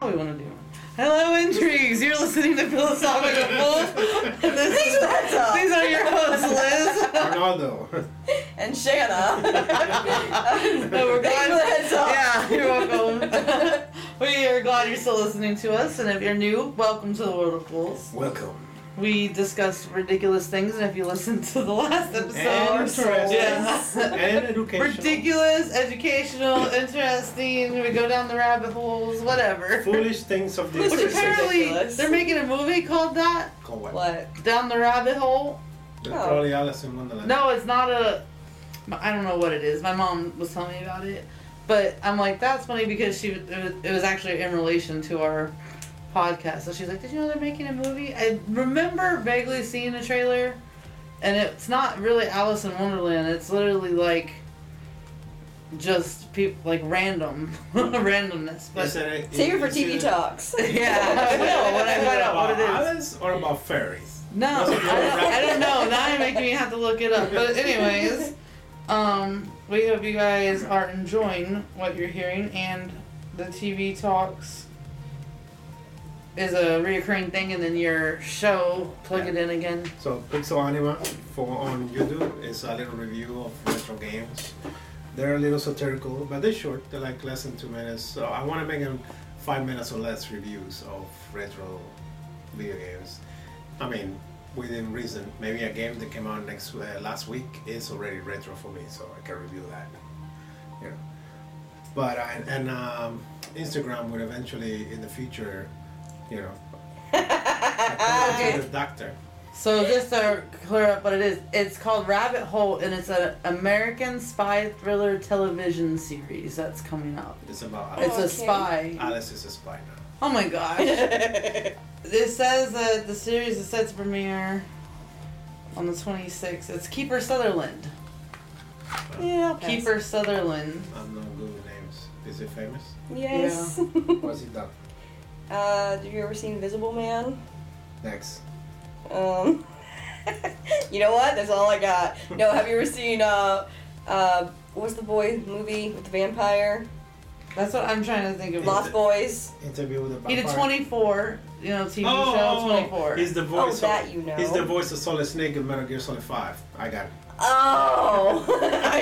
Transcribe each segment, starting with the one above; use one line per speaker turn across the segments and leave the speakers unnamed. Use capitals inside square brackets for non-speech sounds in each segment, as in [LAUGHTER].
what we want to do. Hello, intrigues. You're listening to Philosophical
[LAUGHS]
Wolf. And this is,
Thanks for the heads up.
these are your hosts, Liz.
Arnaldo. [LAUGHS]
and Shanna.
But we're
Thanks for the
glad.
heads up.
Yeah, you're welcome. [LAUGHS] we are glad you're still listening to us, and if you're new, welcome to the world of fools.
Welcome.
We discuss ridiculous things, and if you listen to the last episode,
And interesting.
yeah.
And education.
ridiculous, educational, interesting. We go down the rabbit holes, whatever.
Foolish things of
Which
this.
This is
apparently
ridiculous.
they're making a movie called that
Call what?
What?
Down the Rabbit Hole.
They're Probably Alice in Wonderland.
No, it's not a. I don't know what it is. My mom was telling me about it, but I'm like, that's funny because she it was, it was actually in relation to our podcast. So she's like, did you know they're making a movie? I remember vaguely seeing a trailer, and it's not really Alice in Wonderland. It's literally like just people like random [LAUGHS] randomness. But
Is it-
Save it for
is
TV
it-
talks.
[LAUGHS]
yeah, I will when I
Is it
find out what it
about
is.
Alice or about fairies?
No, I
Was it
don't,
your
I
reference?
don't know. Now you're making me have to look it up. But anyways, um, we hope you guys are enjoying what you're hearing, and the TV talks is a reoccurring thing, and then your show plug it in again.
So Pixel Anima for on YouTube is a little review of retro games. They're a little satirical, but they're short. They're like less than two minutes. So I want to make them five minutes or less reviews of retro video games. I mean, within reason. Maybe a game that came out next uh, last week is already retro for me, so I can review that. You know. But I, and um, Instagram would eventually, in the future, you know, I to the doctor.
So just to clear up what it is, it's called Rabbit Hole, and it's an American spy thriller television series that's coming up.
It's about
It's
Alice.
a
Okay.
spy.
Alice is a spy now.
Oh my gosh. It says that the series is set to premiere on the 26th. It's Keeper Sutherland.
yeah, I'll pass.
Keeper Sutherland.
I'm not good with names. Is it famous?
Yes.
What's it done?
uh, have you ever seen Invisible Man?
Next.
Um, [LAUGHS] you know what? That's all I got. No, have you ever seen uh, uh, what's the boy movie with the vampire?
That's what I'm trying to think of.
Lost Boys.
Interview with the
He
vampire.
did 24, you know, TV
Oh,
show 24.
He's the
Oh,
voice.
that
of,
you know.
He's the voice of Solid Snake in Metal Gear Solid 5. I
[LAUGHS]
got it.
Oh,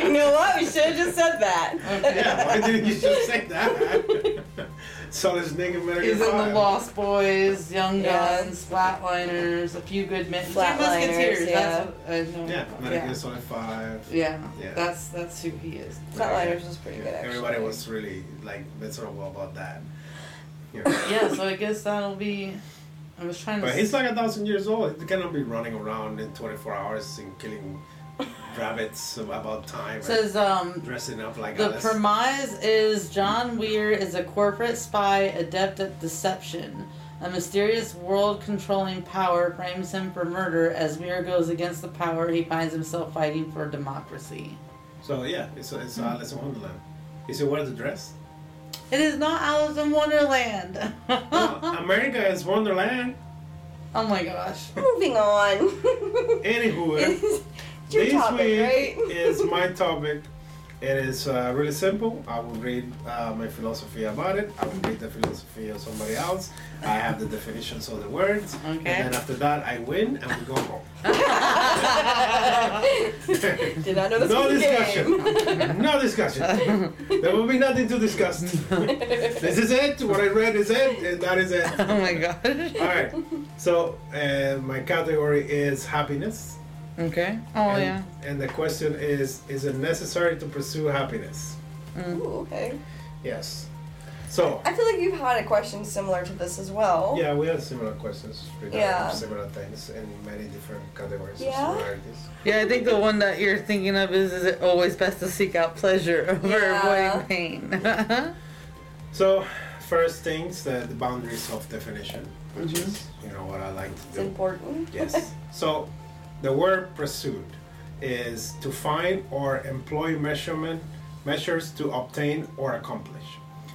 [LAUGHS] you know what? We should have just said that.
Okay.
Yeah, why didn't you just say that? [LAUGHS] Solid Snake in Metal Gear
He's in the
5.
Lost Boys, Young
Yeah.
Guns, Flatliners, A Few Good Men, Three
Flatliners,
Musketeers.
yeah.
That's what I know.
Yeah, Metal
yeah.
Gear Solid 5.
Yeah.
Yeah.
that's that's who he is.
Flatliners was pretty
Yeah,
good. Actually.
Everybody was really like miserable about that. You know.
Yeah, so I guess that'll be. I was trying to.
But he's like a thousand years old. He cannot be running around in 24 hours and
[LAUGHS]
killing rabbits about time. and
says um,
dressing up like
The
Alice.
premise is John Weir is a corporate spy adept at deception. A mysterious world controlling power frames him for murder. As Weir goes against the power, he finds himself fighting for democracy.
so yeah, it's it's
Hmm.
Alice in Wonderland. Is it wear the dress?
[LAUGHS]
It is not Alice in Wonderland. [LAUGHS]
No,
oh
America is Wonderland.
my gosh.
Moving on.
Anywho,
[LAUGHS] it's your
this
topic,
week
right?
is [LAUGHS] my topic. It is uh, really simple. I will read uh, my philosophy about it. I will read the philosophy of somebody else. I have the definitions of the words, and
Okay.
then after that, I win and we go home. [LAUGHS]
[LAUGHS] Did not know this
no
was a
discussion.
game.
no
[LAUGHS]
discussion.
Oh
There will be nothing to
[LAUGHS]
discuss. this is it. What I read is it, and that is it.
Oh my gosh.
All right. So uh, my category is happiness.
Okay. Oh
and,
yeah.
And the question is: Is it necessary to pursue happiness?
Ooh, okay.
Yes. So
I feel like you've had a question similar to this as well.
yeah, we have similar questions regarding
Yeah.
similar things in many different categories
Yeah.
of similarities.
Yeah, I think the one that you're thinking of is is it always best to seek out pleasure over
Yeah.
avoiding pain? [LAUGHS]
So first things: the, the boundaries of definition, which
Mm-hmm.
is you know what I like to
It's
do.
important.
Yes. So, the word pursued is to find or employ measurement measures to obtain or accomplish.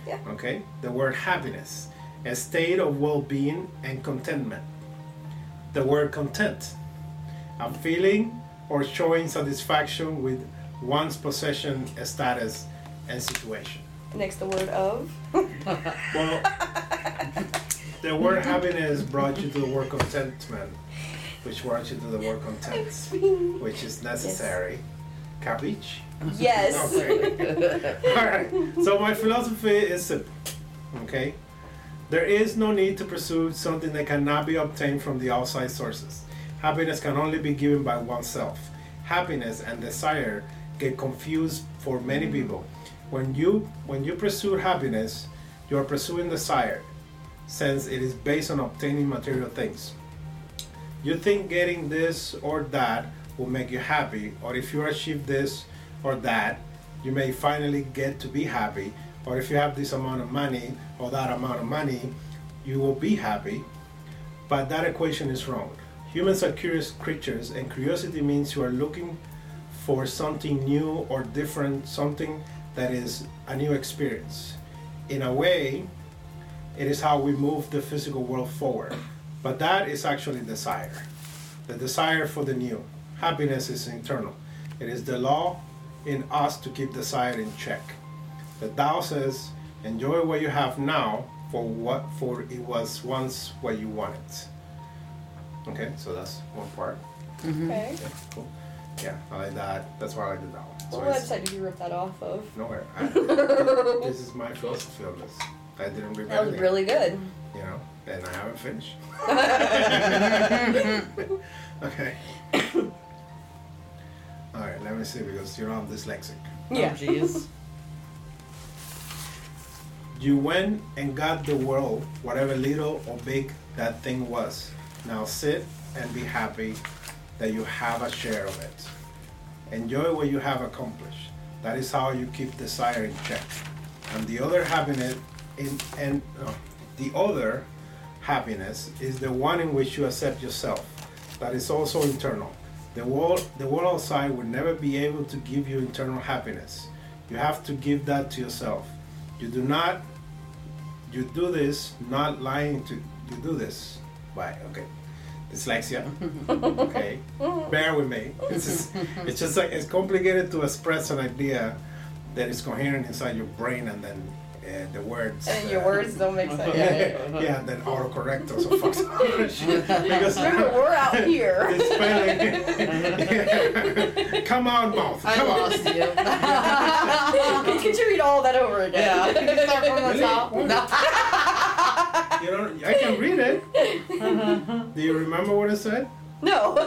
Yeah.
Okay. The word happiness, a state of well-being and contentment. The word content, a feeling or showing satisfaction with one's possession, status, and situation.
Next, the word of.
Well, The word happiness brought you to the word contentment, which brought you to the word content, which is necessary. Cabbage?
[LAUGHS]
Oh,
Yes.
[LAUGHS]
[LAUGHS] Alright, so my philosophy is simple. Okay? There is no need to pursue something that cannot be obtained from the outside sources. Happiness can only be given by oneself. Happiness and desire get confused for many people. When you when you pursue happiness, you are pursuing desire, since it is based on obtaining material things. You think getting this or that will make you happy, or if you achieve this or that, you may finally get to be happy, or if you have this amount of money or that amount of money, you will be happy. But that equation is wrong. Humans are curious creatures, and curiosity means you are looking for something new or different, something that is a new experience. In a way, it is how we move the physical world forward. But that is actually desire the desire for the new. Happiness is internal, it is the law in us to keep desire in check. The Tao says, enjoy what you have now for what for it was once what you wanted. Okay, so that's one part.
okay.
Yeah, cool. Yeah, I like that. That's why I like the Tao. So
What
it's
website did you rip that off of? [LAUGHS]
nowhere. I,
that
this is my philosophy on this. I didn't read
was
anything,
really good.
you know, and I haven't finished. [LAUGHS] okay. [COUGHS] All right, let me see because you know I'm dyslexic.
Yeah.
yeah.
Jeez.
You went and got the world, whatever little or big that thing was. Now sit and be happy that you have a share of it. Enjoy what you have accomplished. That is how you keep desire in check. And the other happiness in and no, the other happiness is the one in which you accept yourself. That is also internal. The world the world outside will never be able to give you internal happiness. You have to give that to yourself. You do not you do this not lying to you do this. Why? Okay. Dyslexia. Okay. Bear with me. It's just, it's just like it's complicated to express an idea that is coherent inside your brain and then uh, the words.
And
uh,
your words don't make sense.
Yeah,
Yeah.
yeah.
[LAUGHS] yeah, then autocorrect also fucks up our shit. Because
Remember, we're out
[LAUGHS]
here.
the spelling. [LAUGHS] Come on, mouth.
[LAUGHS] I
Come on.
lost you.
Could [LAUGHS] you read all that over
[LAUGHS] yeah. You
again?
can start from the top. [LAUGHS]
You know, I can read it.
Mm-hmm.
Do you remember what I said?
[LAUGHS] no. [LAUGHS]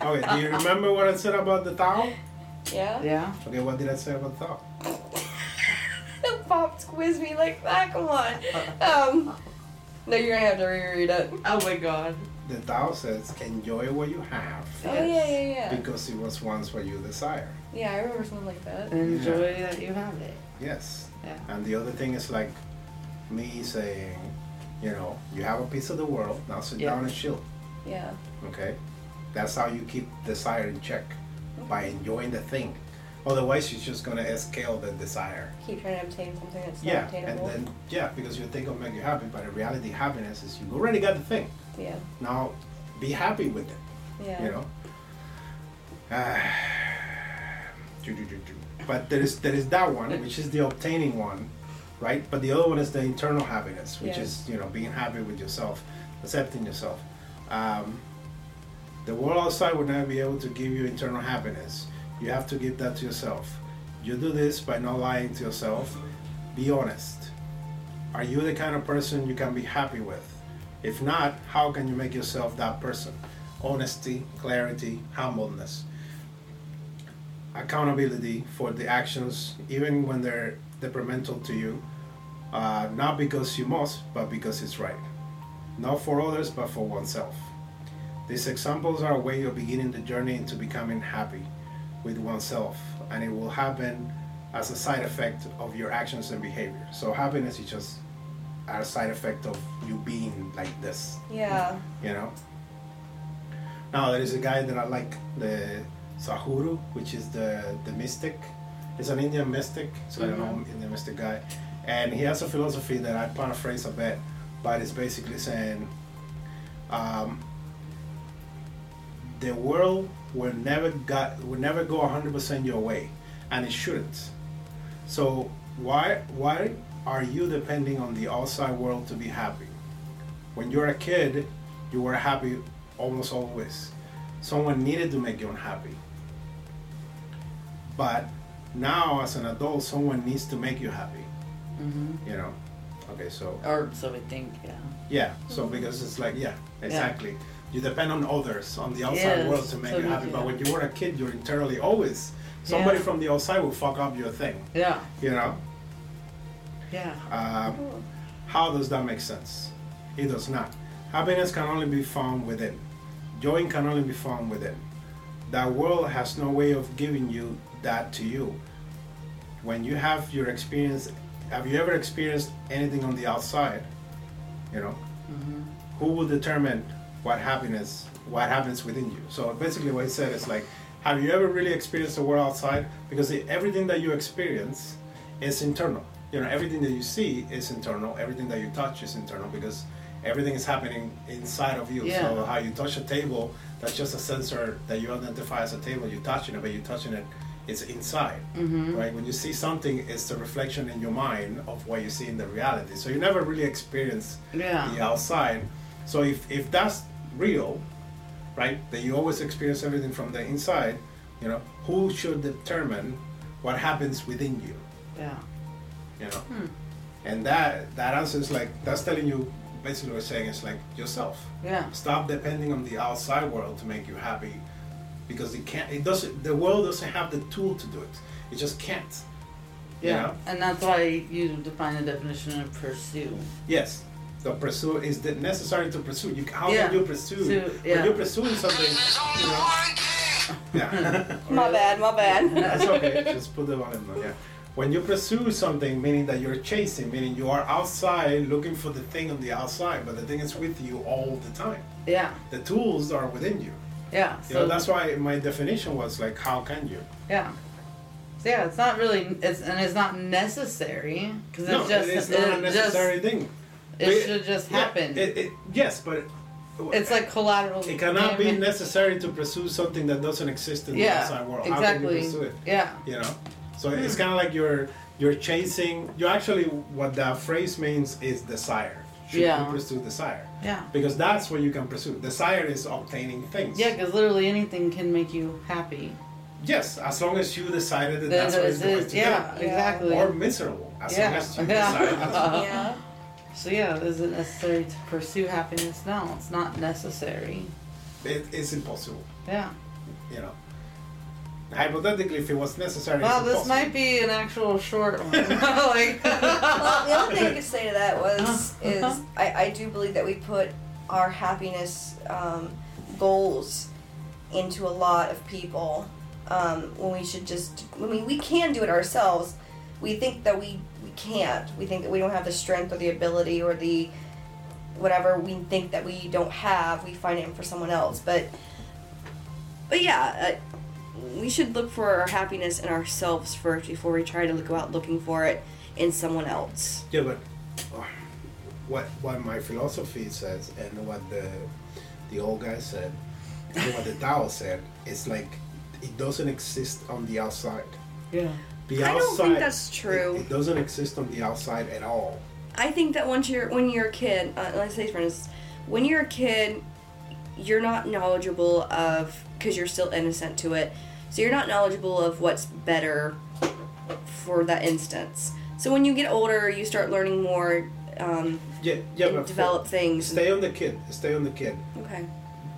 Okay. Do you remember what I said about the Tao?
yeah. [LAUGHS]
yeah.
Okay. What did I say about the Tao?
Pops quiz me like that. Come on. Um, no, you're gonna have to reread it.
Oh my god.
The Tao says, "Enjoy what you have,
Oh yeah, yeah, yeah.
because it was once what you desire."
Yeah, I remember something like that.
Enjoy that you have it.
Yes.
Yeah.
And the other thing is like me saying, you know, you have a piece of the world. Now sit
Yeah.
down and chill.
Yeah.
Okay? That's how you keep desire in check by enjoying the thing. Otherwise, you're just gonna scale the desire.
Keep trying to obtain something that's not
Yeah, and
obtainable.
then yeah, because you think it'll make you happy, but in reality, happiness is you already got the thing.
yeah.
Now, be happy with it.
Yeah.
You know. Ah. Do, do, do, do. But there is there is that one, which is the obtaining one, right? But the other one is the internal happiness, which
Yeah.
is you know being happy with yourself, accepting yourself. Um, the world outside will never be able to give you internal happiness. You have to give that to yourself. You do this by not lying to yourself. Be honest. Are you the kind of person you can be happy with? If not, how can you make yourself that person? Honesty, clarity, humbleness accountability for the actions, even when they're detrimental to you, uh, not because you must, but because it's right. Not for others, but for oneself. These examples are a way of beginning the journey into becoming happy with oneself, and it will happen as a side effect of your actions and behavior. So, happiness is just a side effect of you being like this
Yeah.
you know. Now there is a guy that I like, the Sahuru, which is the the mystic. He's an Indian mystic, so I don't know Indian mystic guy, and he has a philosophy that I paraphrase a bit, but it's basically saying, um, the world will never got will never go 100% your way, and it shouldn't. So why why are you depending on the outside world to be happy? when you're a kid, you were happy almost always. Someone needed to make you unhappy. But now, as an adult, someone needs to make you happy.
Mm-hmm.
You know. Okay, so
Or so we think, yeah.
yeah, so
Mm-hmm.
because it's like yeah, exactly. You depend on others, on the outside
Yes,
world to make
so
you
we
happy.
do.
But when you were a kid, you're internally always somebody
Yeah.
from the outside will fuck up your thing.
Yeah,
You know.
yeah.
Um, How does that make sense? It does not. Happiness can only be found within. Joy can only be found within. That world has no way of giving you that to you. When you have your experience, have you ever experienced anything on the outside? You know,
Mm-hmm.
who will determine what happiness, what happens within you? So basically, what he said is like, have you ever really experienced the world outside? Because the- everything that you experience is internal. You know, everything that you see is internal. Everything that you touch is internal because everything is happening inside of you.
Yeah.
So how you touch a table, that's just a sensor that you identify as a table. You're touching it, but you're touching it. It's inside,
Mhm.
right? When you see something, it's the reflection in your mind of what you see in the reality. So you never really experience
Yeah.
the outside. So if, if that's real, right, that you always experience everything from the inside, you know, who should determine what happens within you,
Yeah.
you know?
Hmm.
And that that answer is like that's telling you basically what it's saying is like yourself.
Yeah.
Stop depending on the outside world to make you happy, because it can't. It doesn't. The world doesn't have the tool to do it. It just can't.
Yeah.
Yeah.
And that's why you define the definition of pursue.
Yes, the pursue is the necessary to pursue. You how
Yeah.
can you pursue?
To- yeah.
When you're pursuing something, you know, [LAUGHS] yeah,
My bad, my bad.
[LAUGHS]
that's okay. Just put the volume down. Yeah. When you pursue something, meaning that you're chasing, meaning you are outside looking for the thing on the outside, but the thing is with you all the time.
Yeah.
The tools are within you.
Yeah.
You
So
know, that's why my definition was like, how can you?
yeah. So yeah, it's not really, it's and it's not necessary because it's
No,
just
it's
it
not a necessary
Just,
thing.
it should just
Yeah,
happen.
it- it- yes, but
it's like collateral.
It cannot be
damage.
necessary to pursue something that doesn't exist in the
Yeah,
outside world. How can you
exactly. Hmm.
pursue it?
Yeah.
You know, so it's kind of like you're you're chasing. You actually what that phrase means is desire. Should
Yeah.
you pursue desire?
Yeah.
Because that's what you can pursue. Desire is obtaining things.
Yeah, because literally anything can make you happy.
Yes, as long as you decided that
That
that's what it's
is,
going
is,
to
yeah,
Yeah.
exactly.
do. Or miserable, as
Yeah.
long as you
Yeah.
decided.
[LAUGHS]
that's-
Uh-huh.
yeah.
so yeah, is it necessary to pursue happiness? No, it's not necessary.
It, it's impossible.
Yeah.
You know. Hypothetically, if it was necessary,
Wow,
it's
this
impossible.
might be an actual short one. [LAUGHS] like,
Well, the other thing I could say to that was is I, I do believe that we put our happiness um, goals into a lot of people um, when we should just I mean we can do it ourselves. We think that we we can't. We think that we don't have the strength or the ability or the whatever we think that we don't have. We find it for someone else, but but yeah. Uh, we should look for our happiness in ourselves first before we try to look, go out looking for it in someone else.
Yeah, but uh, what what my philosophy says and what the the old guy said and what the Tao said, it's like it doesn't exist on the outside.
yeah.
The
I
outside.
don't think that's true.
It, it doesn't exist on the outside at all.
I think that once you're when you're a kid, uh, let's say for instance, when you're a kid, you're not knowledgeable of because you're still innocent to it, so you're not knowledgeable of what's better for that instance. So when you get older, you start learning more um,
Yeah, yeah,
and
but for-
develop things.
stay on the kid. Stay on the kid.
Okay.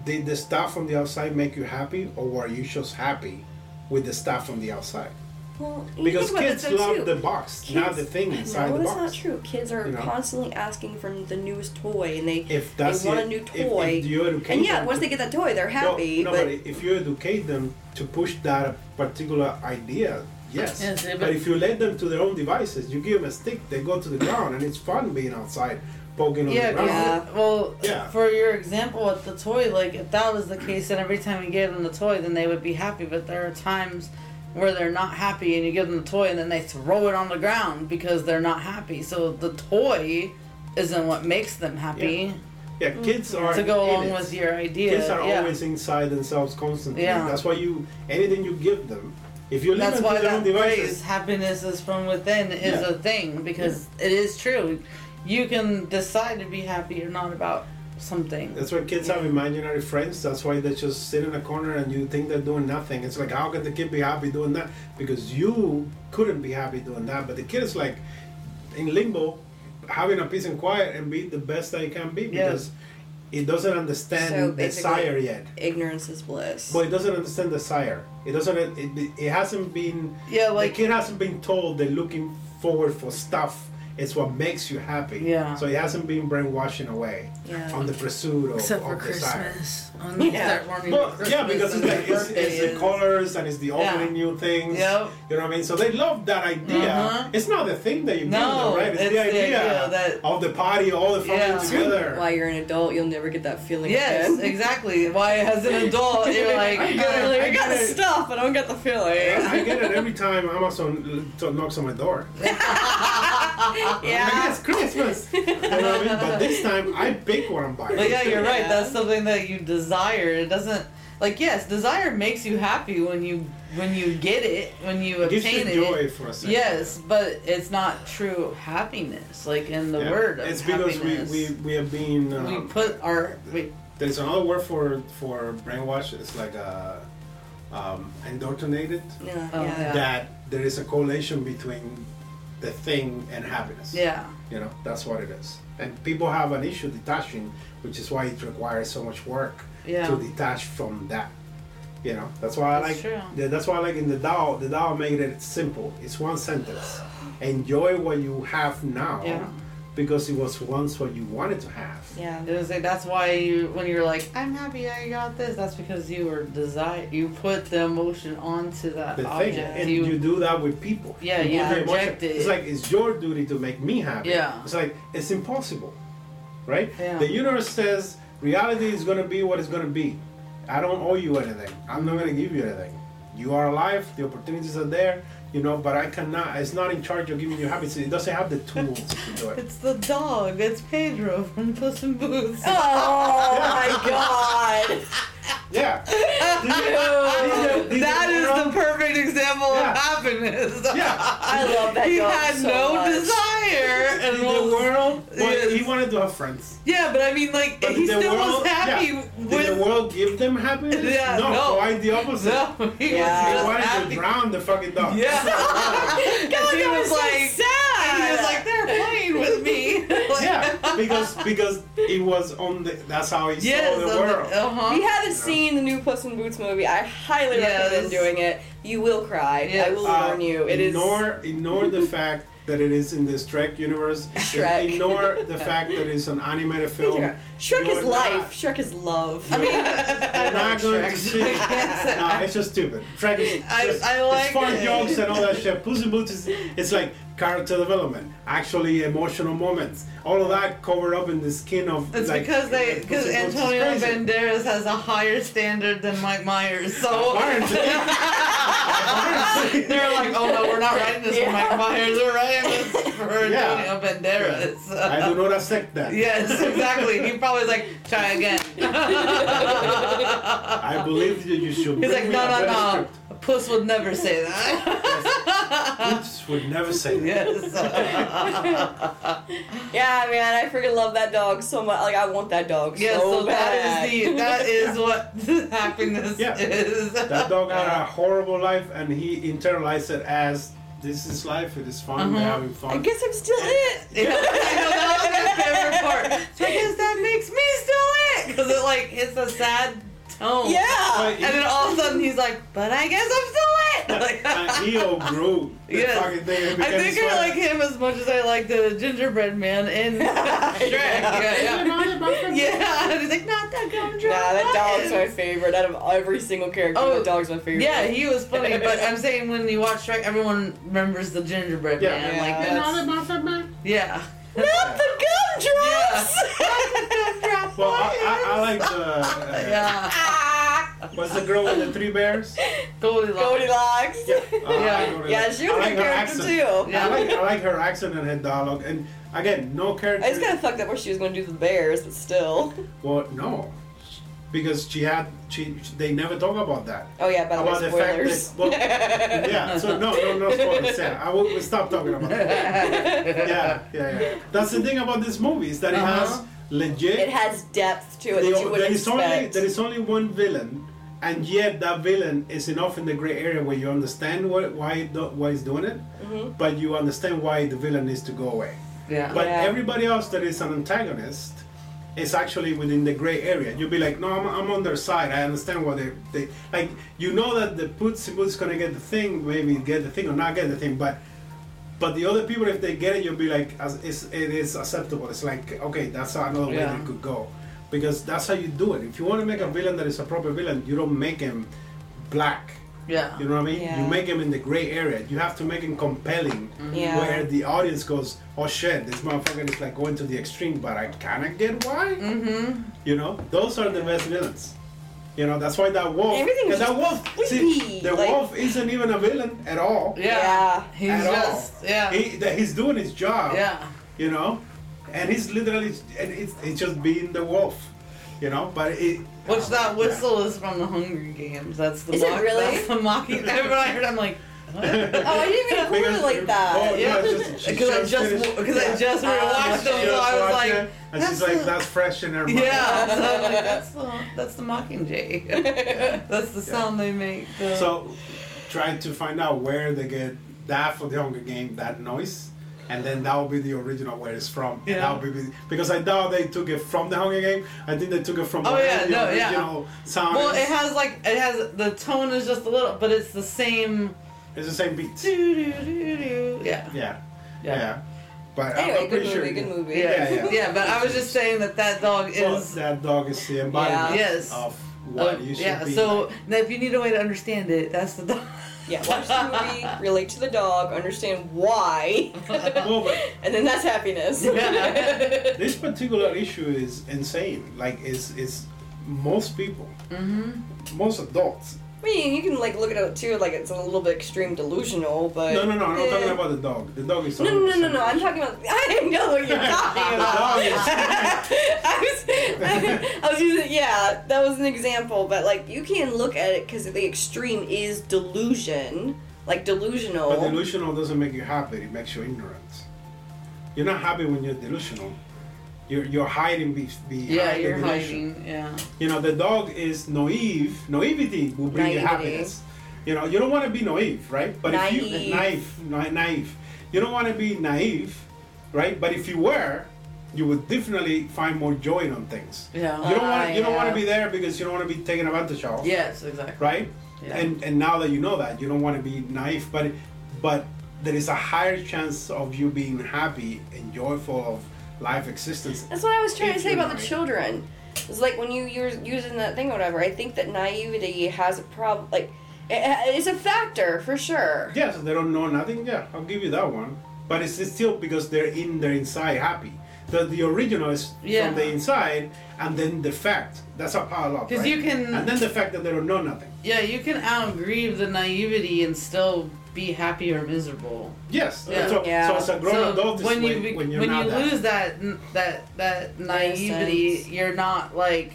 Did the stuff from the outside make you happy, or were you just happy with the stuff from the outside?
Well, you
Because
think about
kids
this, though,
love
too.
the box, not
Kids-
the thing inside the
no, that's
box.
not true. Kids are
You know?
constantly asking for the newest toy, and they
If that's
they want
it,
a new
if-
toy.
if your
and yeah,
education
once
could-
they get that toy, they're happy.
No, no,
but,
but, if you educate them to push that particular idea, yes.
Yes, yeah,
but,
but-
if you let them to their own devices, you give them a stick, they go to the ground, and it's fun being outside poking on
Yeah,
the ground.
'cause it- well,
Yeah.
for your example with the toy, like if that was the case, then every time you gave them the toy, then they would be happy. But there are times where they're not happy, and you give them the toy, and then they throw it on the ground because they're not happy. So the toy isn't what makes them happy
Yeah, kids
Mm-hmm.
are
to go
in
along
it.
with your idea.
Kids are
yeah.
always inside themselves constantly.
Yeah.
That's why you anything you give them, if you leave
That's
them
why
to their own
that phrase
devices,
"happiness is from within" is
Yeah.
a thing because it is true. you can decide to be happy or not about something.
That's why kids have imaginary friends. That's why they just sit in a corner and you think they're doing nothing. It's like, how can the kid be happy doing that? Because you couldn't be happy doing that. But the kid is like in limbo, having a peace and quiet and be the best that he can be
Yeah.
because it doesn't
So
understand
basically-
desire yet.
Ignorance is bliss.
But it doesn't understand desire. It doesn't. It, it hasn't been.
Yeah, like
the kid hasn't been told that looking forward for stuff is what makes you happy.
Yeah.
So it hasn't been brainwashing away
yeah.
on the pursuit of,
Except for
of desire.
Christmas. On
Yeah.
that-
Well, yeah, because it's, like, it's, it's the colors and it's the opening
Yeah.
new things.
Yep.
You know what I mean? So they love that idea.
Uh-huh.
It's not the thing that you build,
No,
right? It's,
it's
the
the
idea,
idea that-
of the party, all the family
Yeah.
[LAUGHS] together.
While you're an adult, you'll never get that feeling
Yes,
again.
exactly. Why, as an adult, [LAUGHS]
[LAUGHS]
you're like,
I
I
got it,
got,
I got it."
stuff, but I don't get the feeling.
I get it every time Amazon l- knocks on
[LAUGHS]
my door. I'm like,
yeah.
it's Christmas. You know what I mean?
[LAUGHS]
But this time I pick what I'm buying.
But yeah, you're right.
Yeah.
That's something that you desire. It doesn't. Like yes, desire makes you happy when you when you get it, when you
It gives you
obtain
joy
it.
for a second.
Yes, but it's not true happiness, like in the
Yeah.
word of
It's because we,
happiness.
we, we have been. Um,
we put our we,
There's another word for for brainwash. It's like uh um, indoctrinated.
Yeah,
Oh,
yeah.
That there is a correlation between the thing and happiness.
yeah
You know, that's what it is. And people have an issue detaching, which is why it requires so much work
yeah.
to detach from that. You know, that's why I
That's
like.
true.
yeah, That's why I like in the Tao. The Tao made it simple. It's one sentence. Enjoy what you have now,
Yeah.
because it was once what you wanted to have.
Yeah.
It was like that's why you when you're like I'm happy I got this. That's because you were desire you put the emotion onto that
the thing,
object.
and
you,
you, do that with people.
Oh, yeah you
With the emotion.
project it.
It's like it's your duty to make me happy.
Yeah.
It's like it's impossible, right?
Yeah.
The universe says reality is gonna be what it's gonna be. I don't owe you anything. I'm not gonna give you anything. You are alive. The opportunities are there. You know, but I cannot. It's not in charge of giving you happiness. It doesn't have the tools to do it.
it's the dog. It's Pedro from Puss in
[LAUGHS]
Boots.
Oh [LAUGHS] my god!
[LAUGHS]
Yeah.
that is the perfect example
Yeah.
of happiness. [LAUGHS]
Yeah.
I love that
he
dog
had
so
no
much.
desire and
In the
was,
world, well, he
Yes.
wanted to have friends.
yeah, but I mean like
But
he
the
still
world-
was happy
yeah. Did the
with
world give them happiness?
Yeah,
no,
no.
quite the opposite.
no, [LAUGHS] he
Yeah.
They
was
wanted
just
to
happy.
drown the fucking dog. [LAUGHS]
Yeah. [LAUGHS]
God,
and he
that was
was
so
like, and he was like, they're playing with
[LAUGHS]
me. like,
Yeah, [LAUGHS] because because it was on the that's how he
yes,
saw the
I'm like,
world.
uh-huh.
If you haven't seen the new Puss in Boots movie, I highly
Yes.
recommend doing it. You will cry.
Yes.
I will
Uh,
warn you. It is.
ignore ignore the fact that it is in the Shrek
[LAUGHS]
universe.
Shrek.
Ignore the fact that it's an animated film.
Shrek is
You're
life.
not-
Shrek is love.
I mean,
You're not going to see. No, it's just stupid. Shrek is
I-
just,
I like
it's fun
it.
jokes and all that shit. Puss in Boots is it's like character development, actually emotional moments, all of that covered up in the skin of.
It's
like,
because they,
Puss in
because
Boots is
Antonio
crazy.
Banderas has a higher standard than Mike Myers, so [LAUGHS]
Apparently. Apparently.
they're like, oh no, we're not writing this for
Yeah.
Mike Myers, we're writing this [LAUGHS] for
Yeah.
Antonio [LAUGHS] Banderas.
I do not accept that.
[LAUGHS] yes, exactly. He probably is like, try again. [LAUGHS]
I believe that you should.
He's
bring
like,
me
no,
a
no,
better
no.
script."
Puss would never say that.
Boots would never say that.
[LAUGHS] [LAUGHS] yes.
yeah, man, I freaking love that dog so much. Like, I want that dog
yes.
so,
So, that
bad.
is the that is what [LAUGHS] happiness
Yeah.
is. [LAUGHS]
That dog had a horrible life, and he internalized it as this is life. It is fun. We're
Uh-huh.
having
[LAUGHS] I
fun.
guess I'm still it.
Yeah, I know that was my favorite part. So I guess that makes me still it because it like it's a sad tone.
[LAUGHS] Yeah.
But
And then all of a sudden he's like, but I guess I'm still it. [LAUGHS] Like,
[LAUGHS] and Eo grew. The
Yes.
fucking thing and
I
became
think I
swag.
like him as much as I like the gingerbread man
[LAUGHS]
in Shrek. Yeah, yeah. [LAUGHS] yeah. And he's like, not that gum
Nah, that
[LAUGHS]
dog's my favorite. Out of every single character,
Oh,
that dog's my favorite.
Yeah, he was funny, but I'm saying when you watch Shrek, everyone remembers the gingerbread
Yeah.
man.
Yeah.
Like
They're
that's, yeah.
Not the gumdrops! [LAUGHS]
Well, I, I, I
[LAUGHS]
like the. Uh,
[LAUGHS] yeah.
Ah,
What's the girl with the
[LAUGHS]
three bears?
Goldilocks.
Goldilocks.
Yeah. Uh, I
Yeah.
don't really-
Yeah, she
I
was
like
a
her
character
accent.
too.
Yeah.
I like I like her accent and her dialogue, and again, no character.
I just kind of fucked up where she was going to do the bears, but still.
Well, no. because she had she they never talk about that.
Oh yeah, by the
about
way,
the fact that
spoilers. [LAUGHS]
well, yeah. So no, no, no spoilers. Yeah, I will we'll stop talking about that. Yeah, yeah, yeah. That's the thing about this movie is that it has
Uh-huh.
legit.
it has depth to it
the-
that you would
there is only
expect.
there is only one villain, and yet that villain is enough in the gray area where you understand what, why it do, why he's doing it,
Mhm.
but you understand why the villain needs to go away.
[LAUGHS] Yeah.
But
Yeah.
everybody else that is an antagonist is actually within the gray area. You'll be like, no, I'm, I'm on their side. I understand what they, they like. You know that the Puts is gonna get the thing, maybe get the thing or not get the thing, but but the other people, if they get it, you'll be like, as, it's, it is acceptable. It's like, okay, that's another way
Yeah.
they could go, because that's how you do it. If you want to make a villain that is a proper villain, you don't make him black.
yeah.
You know what I mean?
Yeah. Mm-hmm.
You make him in the gray area. You have to make him compelling
yeah.
where the audience goes, oh shit, this motherfucker is like going to the extreme, but I kind of get why.
Mm-hmm.
You know, those are the best villains. You know, that's why that wolf.
Everything
and
is
that
just
wolf. See,
creepy,
the
like-
wolf isn't even a villain at all.
Yeah.
yeah.
He's
At all.
just yeah.
He, oh. that he's doing his job.
yeah.
You know, and he's literally, and it's, it's just being the wolf. You know, but it.
Which that
Yeah. [LAUGHS]
whistle is from the Hunger Games. That's the
Is it
mock-
really?
That's the mocking. Everyone I heard, I'm like,
[LAUGHS]
Oh, I didn't even include
Because-
it like that.
Oh,
Yeah.
[LAUGHS]
no, it's just, she
because I just
finished- Ah,
because I just
Yeah.
rewatched
she
them, so
just
I was
watched
like,
it, and she's
that's
like,
the-
that's fresh in her mind. [LAUGHS]
yeah. So I'm like, that's the that's the
[LAUGHS]
Mockingjay. [LAUGHS] that's the sound they make. The,
So, try to find out where they get that for the Hunger Game, that noise, and then that will be the original where it's from. And
Yeah.
that will be because I doubt they took it from the Hunger Game. I think they took it from
Oh,
where
yeah,
the
no, yeah.
original sound.
well,
is.
it has like it has the tone is just a little, but it's the same.
it's the same beat. Yeah,
doo doo doo doo. Yeah.
yeah. But I'm-
Anyway,
I'm
good
pretty
movie,
sure.
good movie.
Yeah,
Yeah,
yeah,
yeah.
but I was just saying that that dog
Well,
is.
that dog is the embodiment
Yeah.
Yes.
of what
uh,
you should
yeah,
be.
so
like.
now if you need a way to understand it, that's the dog.
[LAUGHS] Yeah, watch the movie, relate to the dog, understand why, [LAUGHS]
Well, but
and then that's happiness.
Yeah.
this particular issue is insane. Like, it's, it's most people,
Mm-hmm.
most adults
[LAUGHS] I mean, you can like look at it too, like it's a little bit extreme delusional, but
No, no, no. I'm not
Eh.
talking about the dog. The dog is.
No, no, no, no, no. I'm talking about. [LAUGHS] I didn't know what
[LAUGHS]
you're talking about.
The dog
[LAUGHS] I was, I, was using. Yeah, that was an example, but like you can look at it because the extreme is delusion, like delusional.
But delusional doesn't make you happy. It makes you ignorant. You're not happy when you're delusional. You're you're hiding be, behind
[LAUGHS] Yeah,
the
you're
delusion.
hiding. Yeah.
You know, the dog is naive. Naivety will bring you
Naivety.
happiness. You know, you don't want to be naive, right? But if you
Naive.
naive, na- naive, you don't want to be naive, right? But if you were, you would definitely find more joy on things.
Yeah.
You don't
Ah,
want you don't want to
yeah.
be there because you don't want to be taken advantage of,
yes, exactly.
right?
Yeah.
And and now that you know that, you don't want to be naive, but but there is a higher chance of you being happy and joyful of life existence.
That's what I was trying to
If
say
you're
about the
naive.
children. It's like when you you're using that thing or whatever. I think that naivety has a problem. Like it, it's a factor for sure.
Yes, they don't know nothing. Yeah, I'll give you that one. But it's still because they're in their inside happy. The the original is
Yeah.
from the inside, and then the fact that's a parallel.
Because
right?
you can-
and then the fact that they don't know nothing.
Yeah, you can outgrieve the naivety and still be happy or miserable.
Yes.
Yeah.
So,
Yeah.
so as a grown
so
adult, it's
when you
when,
be-
when
when
you're
you
not that.
lose that n- that that naivety,
Innocence.
you're not like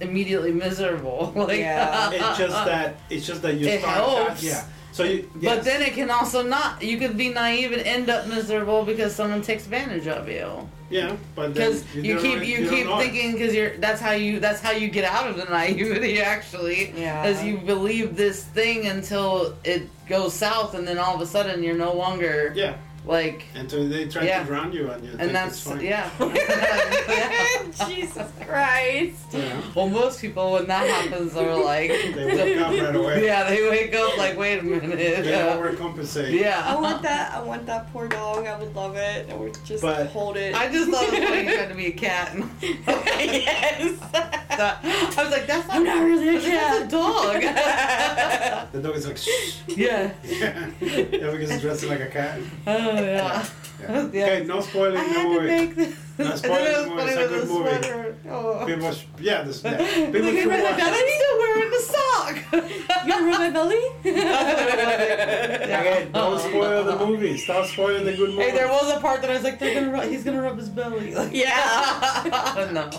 immediately miserable. [LAUGHS] Like,
Yeah.
it's just that it's just that you
uh, It
start
helps.
yeah so you yes.
But then it can also not. You could be naive and end up miserable because someone takes advantage of you.
yeah but then
Because you,
don't
keep
really-
you,
don't
keep
know it.
thinking because you're that's how you that's how you get out of the [LAUGHS] naivety actually.
Yeah.
As you believe this thing until it goes south, and then all of a sudden you're no longer
yeah
like.
and so they try
Yeah.
to drown you and you think
And that's
it's fine [LAUGHS]
yeah. [LAUGHS] Yeah.
[LAUGHS] Jesus Christ.
You know?
Well, most people when that happens are like,
they wake up right
[LAUGHS]
away
yeah, they wake up like, wait a minute.
they
Yeah.
overcompensate
I
yeah.
want that. I want that poor dog. I would love it. I would just
But-
hold it.
I just thought it was funny trying to be a cat.
[LAUGHS] yes.
[LAUGHS] That- I was like, that's not,
I'm not really a
That's a dog.
the dog is like Shh.
[LAUGHS] yeah.
yeah because it's dressed like
[LAUGHS]
a cat
Oh yeah.
yeah.
Yeah.
okay no spoiling
I
no
had to
worry
make this.
No,
And
spoilers,
then it
more,
was
it's
funny
a
with the
good movie.
sweater. Oh. [LAUGHS]
people sh- yeah this yeah.
Like,
people
I
should
read
watch
that, I'm
it.
still wearing the sock. not good.
You
[LAUGHS]
ruin my belly?
Again, don't spoil the movie. Stop spoiling the good movie.
Hey, there was a part that I was like, They're gonna rub, he's gonna rub his belly. [LAUGHS] Like,
[LAUGHS] Yeah.
no.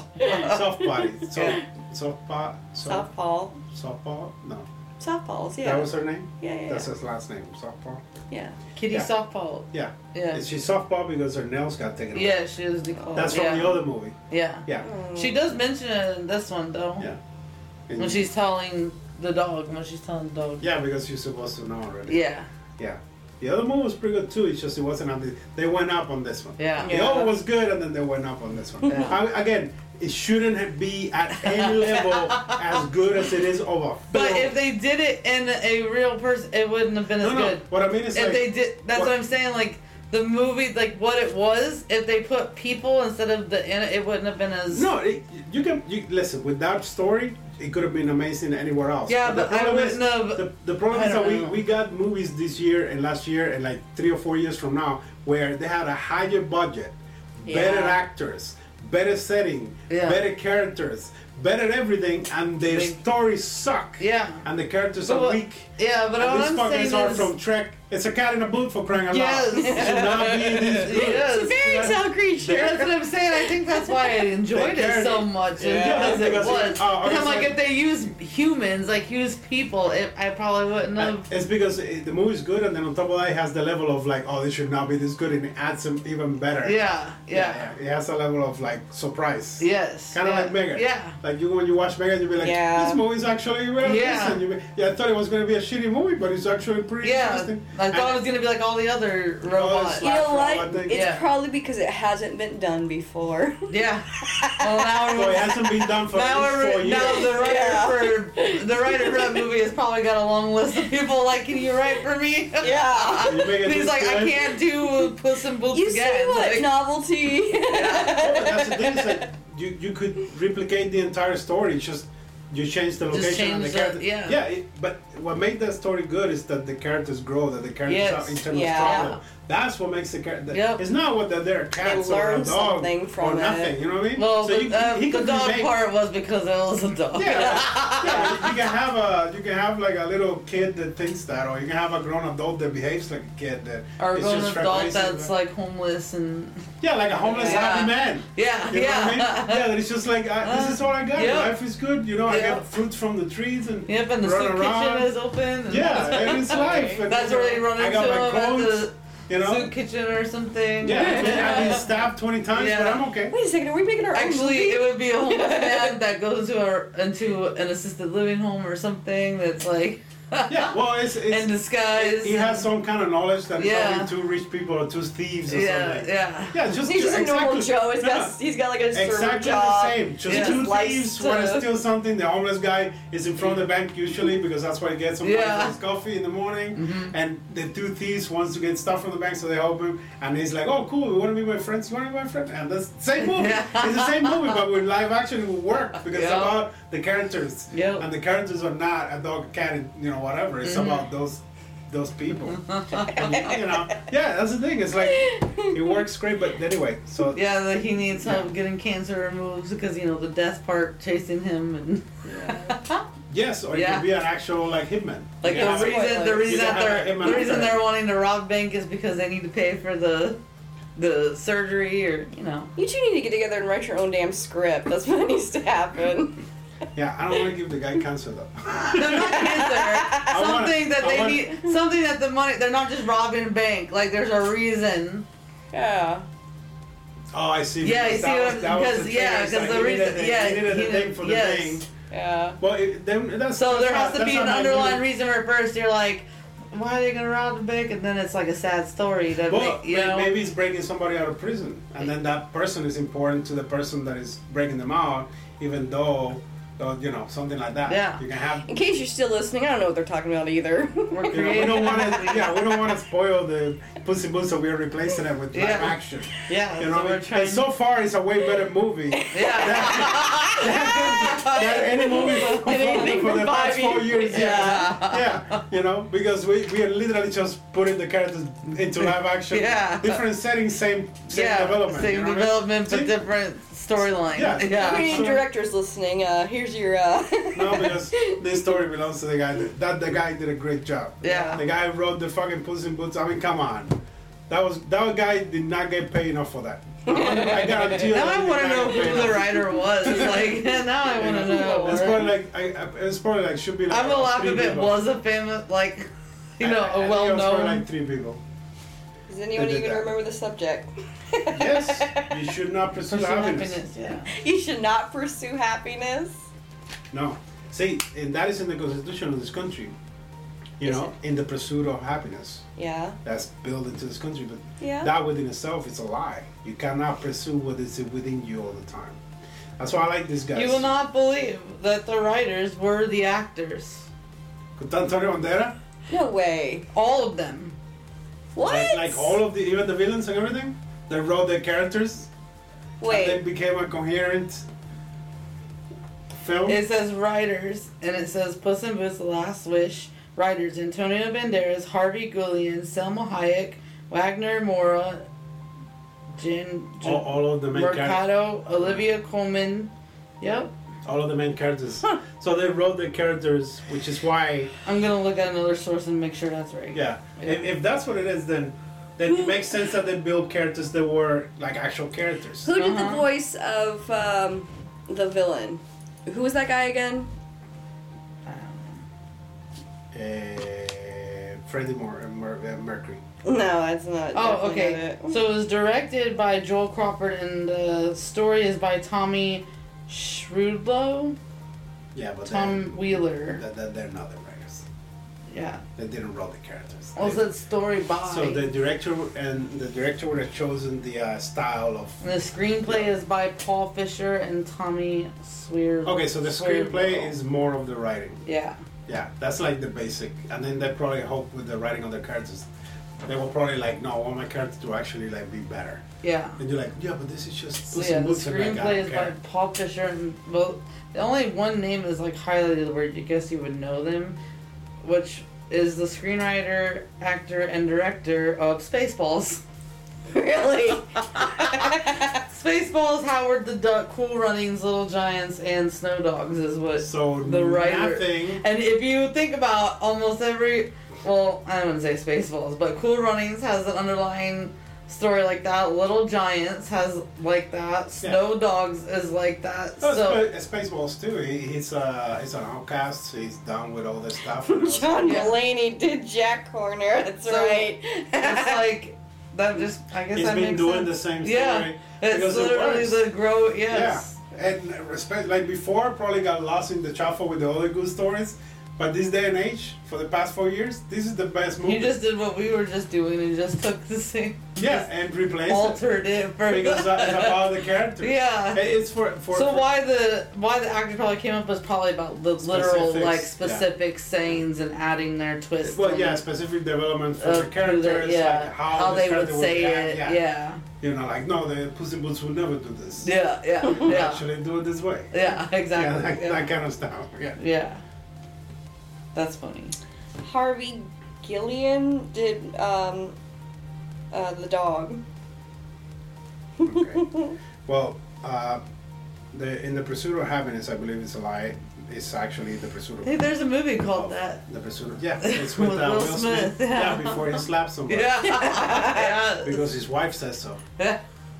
[LAUGHS]
[LAUGHS] soft body. Soft, soft pot. Soft,
Softball.
soft paw? No.
Softballs, yeah.
That was her name?
yeah, yeah,
That's
yeah.
his last name. Soft paw?
yeah.
Kitty
Yeah.
softball.
Yeah.
Yeah.
She's soft paw because her nails got taken off.
Yeah, she is Nicole.
That's from
yeah. Mm.
the other movie.
Yeah.
Yeah.
She does mention it in this one though.
Yeah. And-
When she's telling the dog, when she's telling the dog.
yeah, because you're supposed to know already.
Yeah.
Yeah. The other movie was pretty good too. It's just it wasn't on the. They went up on this one.
Yeah.
The other one was good, and then they went up on this one.
Yeah.
I, again, it shouldn't be at any
[LAUGHS]
level as good as it is of a film.
But if they did it in a real person, it wouldn't have been as
no, no.
good.
What I mean is
If
like,
they did, that's what?
what-
I'm saying. Like the movie, like what it was. If they put people instead of the in, it wouldn't have been as.
No, it, you can you, listen. With that story, it could have been amazing anywhere else.
Yeah,
the
but I
problem
wouldn't have-
The, the problem
I
is that
don't
we,
know.
we got movies this year and last year and like three or four years from now where they had a higher budget, better
Yeah.
actors, better setting,
Yeah.
better characters, better everything, and their
They-
stories suck.
Yeah.
and the characters
But
are
what-
weak.
Yeah, but
and
all
these
I'm saying
fuckers are
is.
from Trek. It's a cat in a boot for crying out
Yes.
loud. It should not be
[LAUGHS]
this good.
Yes.
It's a very Excel creature.
That's what I'm saying. I think that's why I enjoyed
They
it so
carried it.
much. is
Yeah.
because it
Because you're-
was.
oh,
and I'm
okay,
like,
so-
if they use humans, like use people, it, I probably wouldn't
Uh,
have.
It's because it, the movie's good, and then on top of that, it has the level of like, oh, this should not be this good, and it adds some even better.
Yeah, yeah.
It has a level of like surprise.
Yes.
Kind of
yeah.
like Megan.
Yeah.
Like you when you watch Megan, you'll be like,
Yeah.
this movie's actually well.
Yeah.
Yeah. yeah, I thought it was going to be a shitty movie, but it's actually pretty
Yeah.
interesting.
I thought it
And-
was going to be like all the other robots.
You know what?
Yeah.
It's probably because it hasn't been done before.
Yeah. Well, now
So it
everyone-
hasn't been done for
now,
at least four
every-
years.
now the writer
Yeah.
for the writer for that movie has probably got a long list of people like, can you write for me?
[LAUGHS] Yeah.
You make it
And [LAUGHS] he's
this
like, I
good.
can't do Puss in Boots
[LAUGHS] You
again.
see what
Like,
novelty? [LAUGHS]
Oh, but that's the thing. It's like you, you could replicate the entire story. It's just you change the
Just
location and the
change the-
character.
yeah.
it, but what made that story good is that the characters grow, that the characters
Yes.
are internal
Yeah.
struggle. That's what makes the character.
Yep.
It's not what that they're cats or a
learn
dog
something
or
from it.
nothing. You know what I mean?
Well,
so
the,
you,
uh,
he
the
could
dog
remake-
part was because it was a dog.
Yeah,
[LAUGHS]
yeah, you can have a you can have like a little kid that thinks that, or you can have a grown adult that behaves like a kid. That
Or
is
grown
just
adult
racist.
that's like homeless and [LAUGHS]
yeah, like a homeless
Yeah.
happy man.
yeah,
You know
yeah, [LAUGHS]
what I mean? Yeah, that it's just like, I, this is all I got.
Yeah.
Life is good. You know, I
Yeah.
got fruits from the trees and
yep. And the
run
soup
around.
kitchen is open. And
yeah, and it's life. And,
That's
you know,
where they run
I
into
got my
him at the
coats, you know.
soup kitchen or something.
Yeah, I've been, I've been stabbed 20 times,
Yeah.
but I'm okay.
Wait a second, are we making our own
Actually,
movie?
it would be a
[LAUGHS]
homeless man that goes to a, into an assisted living home or something that's like
Yeah, well, it's, it's
in disguise.
he has some kind of knowledge that
Yeah.
probably two rich people or two thieves or
yeah,
something.
yeah,
Yeah, just
He's just a
exactly,
normal Joe. He's
no,
got
no,
he's got like a server
Exactly the
job.
same. Just
Yeah.
two
Likes
thieves want
to-
to steal something. The homeless guy is in front of the bank usually because that's why he gets some money
Yeah. Mm-hmm.
for his coffee in the morning. And the two thieves wants to get stuff from the bank, so they help him. And he's like, "Oh, cool! You want to be my friends? You want to be my friend?" And that's the same movie.
Yeah.
It's the same movie, but with live action, it will work because it's
Yeah.
about the characters.
Yep. Mm-hmm.
And the characters are not a dog, a cat, and, you know, whatever. It's about those those
[LAUGHS]
people. And, you know, yeah, that's the thing. It's like it works great, but anyway, so
yeah. That he needs help getting cancer removed because you know the death part chasing him and.
Yes, or
Yeah.
you can be an actual like hitman.
Like
You
the
can have a-
reason,
Spoilers.
the reason
You
that
gotta have
they're
him
the
on the
reason
side.
they're wanting to rob bank is because they need to pay for the the surgery or you know.
You two need to get together and write your own damn script. That's what [LAUGHS] needs to happen.
Yeah, I don't want to give the guy
[LAUGHS]
cancer though.
No,
[LAUGHS]
not cancer.
wanna-
something that
I
they
wanna-
need. Something that the money. They're not just robbing a bank. Like there's a reason.
Yeah.
Oh, I see.
Yeah, you
because
see what
that
I'm-
was, that was
because-
the
yeah,
trick, it's
because
like
the
he needed
reason-
a-
yeah,
he needed
he
a thing
did-
for
yes.
the thing.
Yeah.
Well, it, then that's
So
that's
there
how-
has to
that's
be
how
an
my
underlying
movie-
reason where at first you're like, why are they gonna rob the bank? And then it's like a sad story that
Well,
make, you
may-
know.
maybe it's breaking somebody out of prison, and then that person is important to the person that is breaking them out, even though, uh, you know, something like that.
Yeah.
you can have.
In case you're still listening, I don't know what they're talking about either. [LAUGHS]
We're
You know, we
creating [LAUGHS]
don't want
a
to.
movie.
Yeah, we don't want to spoil the Pussy Boots, so we're replacing it with live
Yeah.
action.
yeah.
You
so
know, what I
we're
mean?
trying.
and so far it's a way better movie
[LAUGHS] yeah.
than any movie for,
Anything
for the
from
past
Bobby.
four years.
Yeah.
yeah, you know, because we, we are literally just putting the characters into live action.
Yeah.
Different settings, same same
yeah.
development.
Same
you know what I mean?
development, but
See?
different storyline.
Yeah.
If any
So-
directors listening, uh, here's here's your. Uh...
No, because this story belongs to the guy. That, that the guy did a great job.
Yeah.
The guy wrote the fucking Puss in Boots. I mean, come on. That was that guy did not get paid enough for
[LAUGHS]
that. I guarantee you.
Now
that
I
he
want to
did
know
not get paid
who the
enough.
writer was. It's like [LAUGHS] now I want to know.
It's probably like I, I- it's probably like should be like.
I'm gonna laugh
three
if it
people.
was a famous, like, you know,
I- I
a
think it was probably
well-known.
like three people.
[LAUGHS] Does anyone
They did
even
that.
remember the subject?
[LAUGHS] Yes, you should not pursue
Pursue
happiness.
happiness, yeah.
[LAUGHS] You should not pursue happiness.
No, see, and that is in the constitution of this country. You
Is
know, in the pursuit of happiness,
Yeah.
that's built into this country. But
Yeah.
that within itself is a lie. You cannot pursue what is within you all the time. That's why I like this guy.
You will not believe that the writers were the actors.
With Antonio Bandera,
no way.
All of them.
What?
Like, like all of the even the villains and everything, they wrote their characters
Wait.
and they became a coherent film.
It says writers, and it says Puss in Boots: The Last Wish. Writers: Antonio Banderas, Harvey Guillen, Selma Hayek, Wagner Mora, Jin, Jin
all, all of the main characters.
Mercado, Olivia Colman. Yep,
All of the main characters.
Huh.
So they wrote the characters, which is why,
I'm gonna look at another source and make sure that's right.
yeah.
Yeah.
If, if that's what it is, then then
Hmm.
it makes sense that they built characters that were like actual characters.
Who did
Uh-huh.
the voice of um, the villain? Who was that guy again?
Um,
Uh, Freddie Mer- Mer- uh, Mercury.
No, that's not.
Oh,
definitely
okay.
not it.
So it was directed by Joel Crawford, and the story is by Tommy Shrewdlow,
Yeah, but
Tom
they're,
Wheeler.
that- that- they're not the writers.
Yeah.
They didn't write the characters.
Also, it's story by.
so the director and the director would have chosen the uh, style of
And the screenplay is by Paul Fisher and Tommy Swear.
Okay, so the screenplay is more of the writing.
Yeah.
Yeah, that's like the basic. And then they probably hope with the writing of the characters, they will probably like, no, I want my character to actually like be better.
Yeah.
And you're like, yeah, but this is just.
So
Puss
yeah,
in
the
Boots," and like, I
screenplay
don't
is by
care.
Paul Fisher and both. The only one name is like highlighted where you guess you would know them, which is the screenwriter, actor, and director of Spaceballs. [LAUGHS]
[LAUGHS] Really?
Spaceballs, Howard the Duck, Cool Runnings, Little Giants, and Snow Dogs is what.
So
the writer-
nothing.
And if you think about almost every, well, I wouldn't say Spaceballs, but Cool Runnings has an underlying story like that. Little Giants has like that. Snow Dogs is like that.
No,
so
Sp- Spaceballs too. He, he's uh, he's an outcast. He's done with all this
[LAUGHS]
stuff. and all this-
John
Yeah.
Mulaney did Jack Horner.
[LAUGHS]
That's
So,
right.
[LAUGHS] it's like that. Just I guess
He's
that
been
makes
doing the
sense.
same story.
Yeah. It's
because it
literally
works.
the grow. Yes.
Yeah, and respect like before, probably got lost in the shuffle with the other good stories. But this day and age, for the past four years, this is the best movie.
You just did what we were just doing and just took the
[LAUGHS]
same,
yeah, and replace it
altered it for
because uh,
[LAUGHS]
it's about the character.
Yeah.
It- it's for for.
so
for-
why the why the actor probably came up was probably about the literal
Specifics,
like
yeah.
specific sayings and adding their twist.
Well,
on
yeah, specific development for
of
the
who
characters,
they- Uh, yeah,
like how, the
they would
character
say
act,
it. Yeah,
you know, like no, the Puss in Boots would never do this.
yeah,
[LAUGHS]
yeah, yeah,
They
yeah,
actually do it this way. Yeah, that,
exactly. Yeah.
that kind of stuff. [LAUGHS] Yeah.
Yeah. that's funny.
Harvey Gillian did um, uh, the dog. [LAUGHS]
Okay. Well, uh, the in the pursuit of happiness, I believe it's a lie. It's actually the pursuit of
Hey, there's a movie called
of
that.
The pursuit
[LAUGHS]
of yeah, it's with,
With
uh,
Will
Will Smith.
Smith,
Yeah.
yeah.
before he slaps somebody.
Yeah, yeah. [LAUGHS]
Because his wife says so.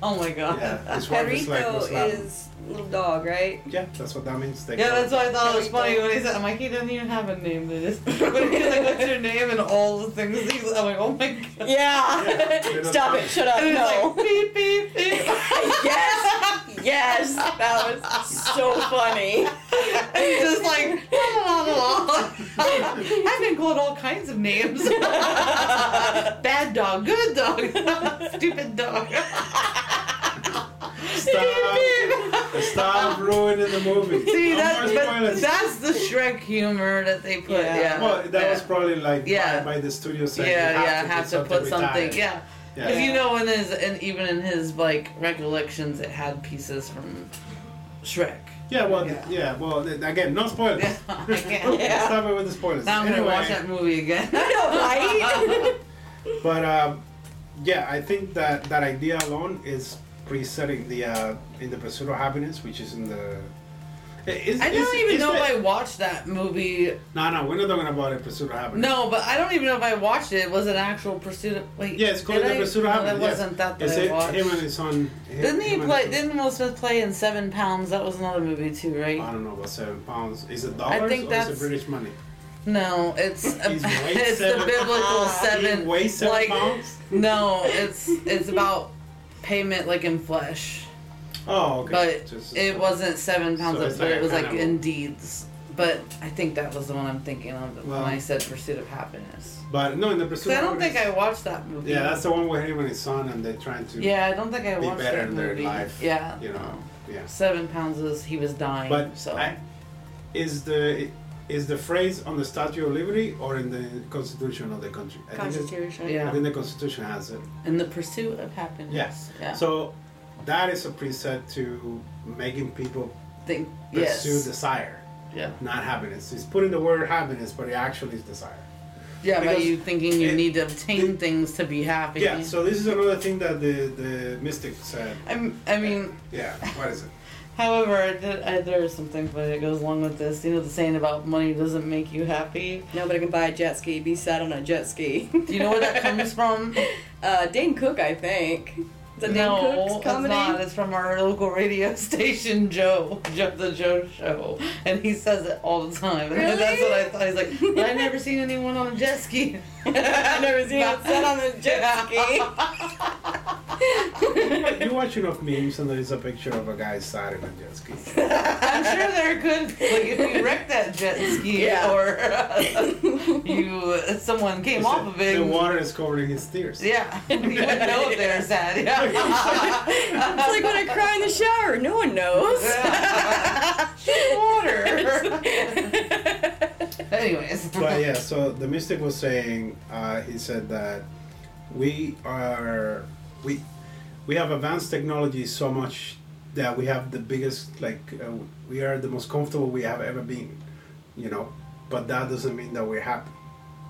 Oh my god.
Yeah, his wife is like
Henrico
"Go slap him."
is little dog, right?
Yeah, that's what that means. They
Yeah,
call
that's
it.
why I thought it was
Henrico.
funny when he said, I'm like, he doesn't even have a name to this. [LAUGHS] But he's like, what's your name? And all the things. He's, I'm like, oh my god.
Yeah.
Yeah.
Stop it. Shut up.
And it's
No.
like, beep, beep, beep.
[LAUGHS] yes. Yes. That was so funny.
And he's just like, la la la la. [LAUGHS] I've been called all kinds of names. [LAUGHS] Bad dog, good dog, [LAUGHS] stupid dog. [LAUGHS]
Stop, stop ruining the movie.
See,
No
that,
more
but
spoilers.
that's the Shrek humor that they put.
Yeah.
Yeah.
well, that was probably like by-
Yeah.
by, the studio
yeah,
saying
yeah.
you have to
have
do
to put something.
retired.
Yeah.
Yeah.
Because you know, in his and even in his like recollections, it had pieces from Shrek.
Yeah, well, yeah,
Yeah.
well, th- again, no spoilers.
Yeah,
[LAUGHS]
I can't.
Yeah.
Stop it with the spoilers.
Now I'm gonna
anyway,
watch that movie again. [LAUGHS]
I know, right? [LAUGHS]
But um, yeah, I think that that idea alone is presetting the uh, in the pursuit of happiness, which is in the Is,
I
is-
don't even
is
know
that-
if I watched that movie.
No, no, we're not talking about it. Pursuit of Happiness.
No, but I don't even know if I watched it. It was an actual pursuit of wait.
Yeah, it's called
did
The
I-
Pursuit of
no,
Happiness.
That
yes.
wasn't that that
Is
I
it
watched.
him and his son? him-
didn't he
him and
play?
his-
Didn't Will Smith play in Seven Pounds? That was another movie too, right?
I don't know about seven pounds. Is it dollars
think
or
that's-
is it British money?
No, it's
He's weighed
[LAUGHS] it's the
seven-
biblical
He
seven.
weighs seven
like,
pounds.
No, it's it's about payment like in flesh,
Oh, okay.
but
Just-
it wasn't seven pounds,
So
of,
it's
but
like
it was
an
like
animal.
in deeds. But I think that was the one I'm thinking of when
Well-
I said Pursuit of Happiness.
But no, in the
'Cause
pursuit.
I
of
don't think I
Happiness-
watched that movie.
Yeah, that's the one with him and his son, and they're trying to
Yeah, I don't think I
be
watched
better
that
in their
movie.
life.
yeah,
You know. Yes.
seven pounds is he was dying.
But
so
I, is the is the phrase on the Statue of Liberty or in the Constitution of the country? I think, it's-
Constitution.
Yeah.
I think the Constitution has it.
in the Pursuit of Happiness.
Yes.
Yeah.
So that is a preset to making people
think yes.
pursue desire,
yeah.
not happiness. It's putting the word happiness, but it actually is desire.
Yeah, by
Because
you thinking you
it-
need to obtain
it-
things to be happy.
Yeah. So this is another thing that the the mystic said.
I'm, I mean,
Yeah. What [LAUGHS] is it?
however, I did, I, there is something funny that goes along with this. You know the saying about money doesn't make you happy?
No, but I can buy a jet ski, be sat on a jet ski.
Do you know where that
[LAUGHS]
comes from?
Uh, Dane Cook, I think. Is that Dane
no,
Cook's
it's
comedy?
not.
[LAUGHS]
It's from our local radio [LAUGHS] station, Joe, Joe the Joe Show, and he says it all the time. [LAUGHS]
Really?
And that's what I thought. He's like, "But I've never seen anyone on a jet ski. [LAUGHS]
I've never seen him sit on a jet ski. [LAUGHS]
You watch enough memes, and there is a picture of a guy sat in a jet ski.
I'm sure there could, like, if you wrecked that jet ski
[LAUGHS] Yeah.
or uh, you, uh, someone came off of it.
The water is covering his tears.
[LAUGHS] Yeah, [LAUGHS] you wouldn't know if they're sad. [LAUGHS] Yeah.
it's
[LAUGHS]
like when I cry in the shower. No one knows. [LAUGHS]
Water. [LAUGHS] Anyways. [LAUGHS]
But yeah, so the mystic was saying, uh, he said that we are we we have advanced technology so much that we have the biggest like uh, we are the most comfortable we have ever been, you know. But that doesn't mean that we're happy.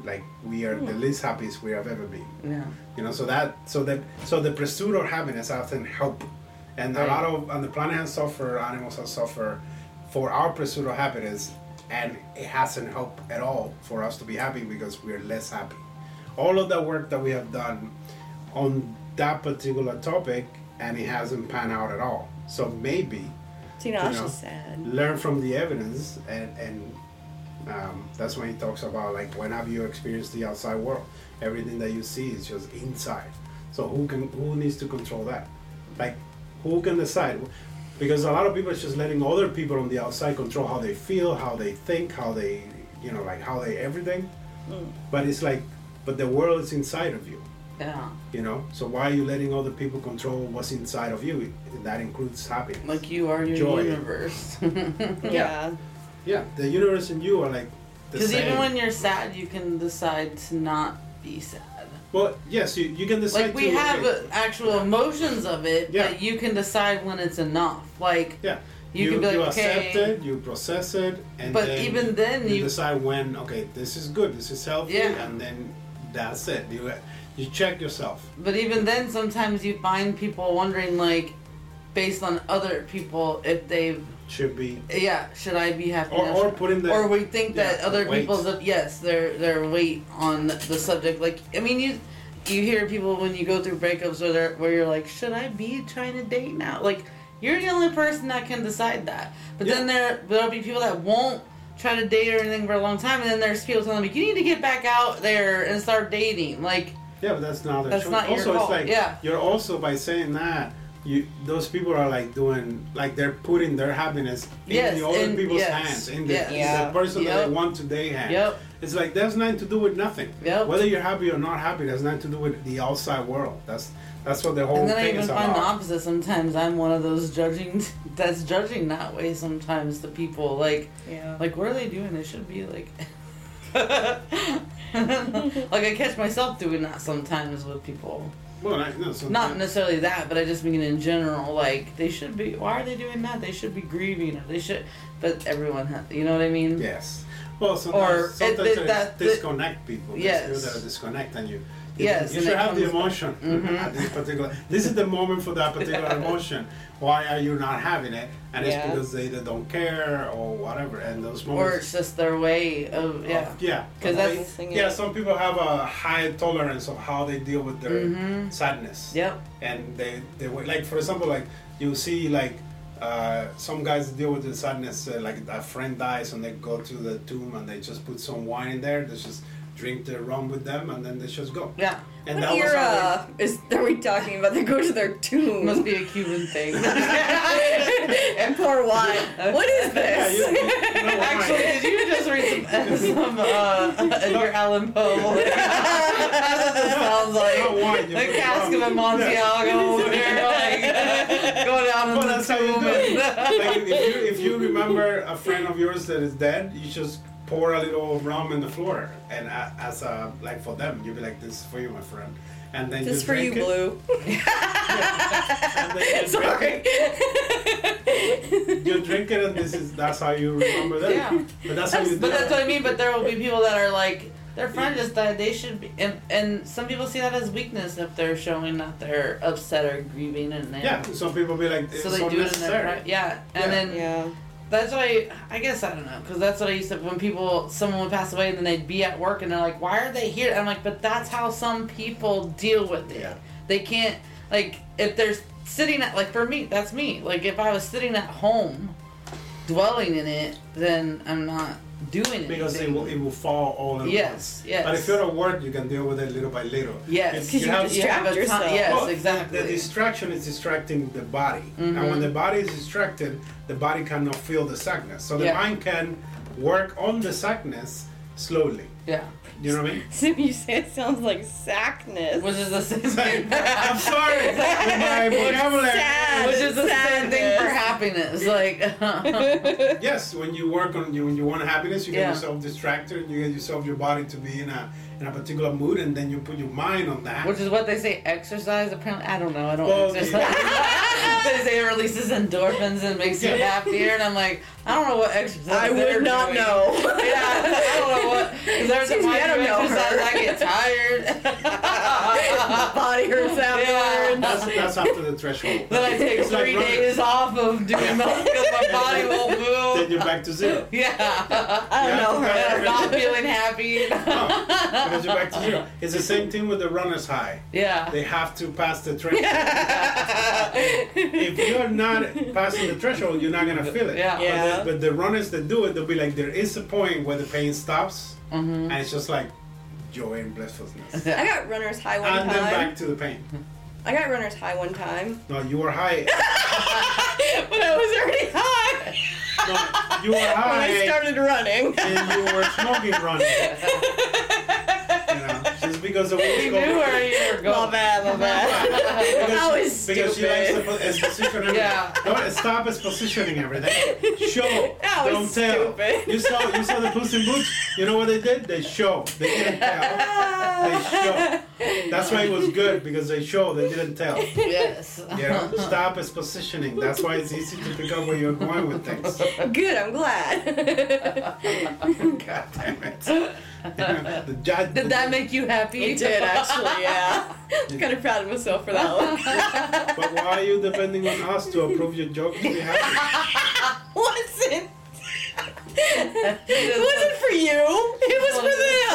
Like we are the least happiest we have ever been,
Yeah.
you know. So that so that so the pursuit of happiness often help, and a lot of and the planet has suffered, animals have suffered for our pursuit of happiness, and it hasn't helped at all for us to be happy because we're less happy. All of the work that we have done on that particular topic, and it hasn't panned out at all. So maybe
See, now that's
You know.
just sad.
learn from the evidence, and and um, that's when he talks about like when have you experienced the outside world? Everything that you see is just inside. So who can who needs to control that? Like who can decide? Because a lot of people are just letting other people on the outside control how they feel, how they think, how they you know like how they everything. But it's like but the world is inside of you.
Yeah.
You know, so why are you letting other people control what's inside of you? That includes happiness.
Like you are your
Joy. [LAUGHS]
universe. Because
Yeah.
Yeah, the universe and you are like the same.
even when you're sad, you can decide to not be sad.
well, yes, you, you can decide
Like we
to.
have
okay,
uh, actual emotions of it,
Yeah.
but you can decide when it's enough. Like,
yeah,
you can be like,
accept
okay.
it, you process it, and
but
then
even then,
you,
you
decide when. Okay, this is good. This is healthy,
Yeah.
and then that's it. You you check yourself.
But even then, sometimes you find people wondering, like, based on other people, if they've,
Should be
yeah, should I be happy?
or,
now?
or
Should-
putting the
or we think that
yeah,
other
weight.
people's, yes, their their weight on the subject. Like, I mean, you you hear people when you go through breakups where they're, where you're like, should I be trying to date now? Like, you're the only person that can decide that. But then there there'll be people that won't try to date or anything for a long time, and then there's people telling me you need to get back out there and start dating. Like,
Yeah, but that's not their
That's
choice.
not your
also,
fault,
it's like
yeah.
you're also by saying that you those people are like doing like they're putting their happiness
Yes,
in the other
in-
people's
yes,
hands, in the,
yes.
in
Yeah.
the person that
Yep.
they want today hand.
Yep.
It's like that's nothing to do with nothing.
Yep.
Whether you're happy or not happy, that's nothing to do with the outside world. That's that's what the whole
And then I
thing
even
is
find the
about.
opposite. Sometimes I'm one of those judging [LAUGHS] that's judging that way. Sometimes the people like
Yeah.
like what are they doing? They should be like [LAUGHS] like I catch myself doing that sometimes with people.
well, I, no, so
Not necessarily that, but I just mean in general. Like they should be. Why are they doing that? They should be grieving. Or they should. But everyone has. You know what I mean?
Yes. Well, sometimes,
Or it-
sometimes
it-
they
that- that-
disconnect people. There's
Yes.
people that are disconnect and you
Yes.
You
and
should
it
have the
comes back.
emotion at
Mm-hmm.
this particular. This is the moment for
[LAUGHS]
that particular emotion. Why are you not having it? And
Yeah.
it's because they either don't care or whatever. And those
Or
moments.
it's just their way of yeah.
Oh, Yeah.
'Cause that's-
Missing it.
yeah, some people have a high tolerance of how they deal with their
Mhm.
sadness.
Yep.
And they, they would- like for example like you see like uh, some guys deal with the sadness uh, like a friend dies and they go to the tomb and they just put some wine in there. They just drink the rum with them and then they just go.
Yeah.
And
What
how
era is are we talking about? They go to their tomb
Must be a Cuban thing.
[LAUGHS] and pour wine.
[LAUGHS]
What is
they-
this?
Yeah, you-
[LAUGHS]
you know why.
Actually, did you just read some, [LAUGHS] some uh, Edgar Allan Poe? [LAUGHS] That's what it sounds
You know why,
like.
you
The
know
cask
why.
of Amontillado over there, like, going out
Well,
in
that's how
the
you
tomb. [LAUGHS]
do it. [LAUGHS]
and-
like if you if you remember a friend of yours that is dead, you just pour a little rum in the floor, and a- as a like for them, you'd be like, "This is for you, my friend," and then
This
you
for you,
drink it,
Blue.
and then you
[LAUGHS] Sorry.
[LAUGHS] Drink it, you drink it, and this is that's how you remember them.
Yeah.
But that's how you. do
But that's
it.
what I mean. But there will be people that are like, their friend just died. They should be, and, and some people see that as weakness if they're showing that they're upset or grieving, and they
Yeah, some people be like, "It's
so they do it in their
unnecessary."
pri- yeah, and
Yeah.
then
yeah.
That's what I, I guess I don't know, because that's what I used to, when people, someone would pass away and then they'd be at work and they're like, why are they here? I'm like, but that's how some people deal with it.
Yeah.
They can't, like, if they're sitting at, like, for me, that's me. Like, if I was sitting at home, dwelling in it, then I'm not doing it.
Because it will, it will fall all in
Yes,
once.
yes.
But if you're at work, you can deal with it little by little.
Yes.
If
you
have-
just- distract
a ton-
yourself.
Yes,
Well,
exactly. Mm-hmm.
The distraction is distracting the body, and when the body is distracted, the body cannot feel the sadness. So the
Yeah.
mind can work on the sadness slowly.
yeah.
You know what I
[LAUGHS]
mean? [LAUGHS]
So you say it sounds like sackness.
Which
[LAUGHS]
is the same thing.
I'm sorry, my vocabulary.
Sad.
Which is the same thing for happiness.
Sadness.
Like, [LAUGHS]
Yes, when you work on you, when you want happiness, you get
Yeah.
yourself distracted, and you get yourself your body to be in a in a particular mood, and then you put your mind on that.
Which is what they say exercise. Apparently, I don't know. I don't
Well,
exercise.
yeah.
[LAUGHS] they say it releases endorphins and makes you
Yeah.
happier, and I'm like, I don't know what exercise.
I
they're
would not
doing.
know.
[LAUGHS] Yeah, I don't know what. 'cause There's a
Excuse me,
time
I don't
you
know
exercise,
her.
I get
My
tired.
[LAUGHS] body
[LAUGHS]
hurts afterwards.
that's, that's after the threshold.
then I take
It's like
three
running.
days off of doing nothing because my
[LAUGHS]
body won't
Then
move.
you're back to zero.
Yeah,
I don't
Yeah.
know her.
And I'm not feeling happy.
No, because you're back to zero. It's the same thing with the runner's high.
[LAUGHS] Yeah.
They have to pass the threshold. if you're not passing the threshold, you're not gonna feel it.
Yeah.
But,
Yeah.
the, but the runners that do it, they'll be like, there is a point where the pain stops,
Mm-hmm.
and it's just like joy and blissfulness,
I got runner's high one
and then
time.
back to the pain.
I got runner's high one
[LAUGHS]
time. [LAUGHS]
No, you were high.
but I was already high
No, you were
when I
high,
started
[LAUGHS]
running.
and you were smoking running. You know, just because of what
You
you
knew where you were
my
going.
bad, my bad.
Because,
That was
because she likes to
stupid.
put as positioning.
Yeah.
Don't stop as positioning everything. Show.
[LAUGHS] That
don't
was
tell.
stupid.
You saw you saw the Puss in Boots. You know what they did? They show. They didn't tell. They show. That's why it was good because they show. They didn't tell.
Yes.
You know, stop is positioning. That's why it's easy to pick up where you're going with things. [LAUGHS]
Good, I'm glad. [LAUGHS]
God damn it. the judge.
Did that make you happy?
it did actually,
[LAUGHS]
yeah. I'm kind of proud of myself for that one.
But why are you depending on us to approve your jokes? We have
[LAUGHS]
wasn't. it wasn't for you. It was for them.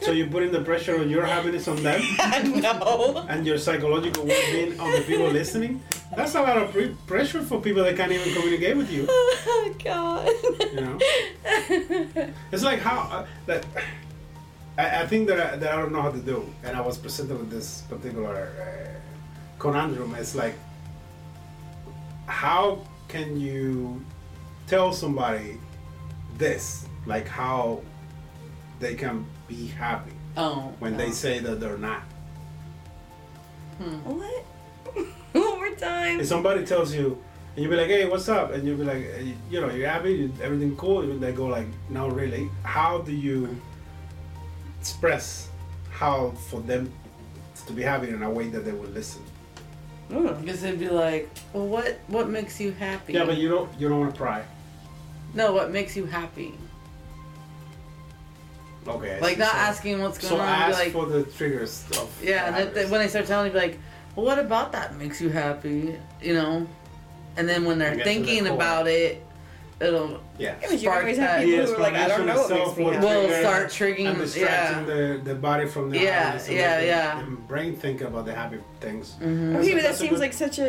so you're putting the pressure on your happiness on them.
I [LAUGHS] know.
and your psychological well-being on the people listening that's a lot of pre- pressure for people that can't even communicate with you
Oh God.
You know? it's like how uh, like I, I think that I, that I don't know how to do and i was presented with this particular uh, conundrum it's like how can you tell somebody this like how they can be happy
[LAUGHS] Oh.
when they say that they're not
What? [LAUGHS] One more time.
If somebody tells you, and you be like, "Hey, what's up?" and you be like, eh, "You know, you happy? You- Everything cool?" And they go like, "No, really." How do you express how for them to be happy in a way that they will listen?
Because they'd be like, well, what what makes you happy?
Yeah, but you don't you don't want to pry.
no, what makes you happy?
Okay. I
Like
see.
not
So-
asking what's going
So
on.
ask
be like,
for the triggers stuff.
yeah, and if they- when they start telling you, be like, well, what about that makes you happy? You know, and then when
I
they're
guess to the
thinking
core.
about it, it'll
yeah.
Yeah, but you
Spark
always have
that.
people
Yes,
who are like, I don't know what makes me
for
happy.
Well,
trigger
start
and
triggering. Yeah.
distracting the, the body from the
Yeah,
happiness and
yeah,
let the,
yeah.
the brain think about the happy things.
Mhm.
Okay, but Oh, that
That's a
seems
good-
like such a.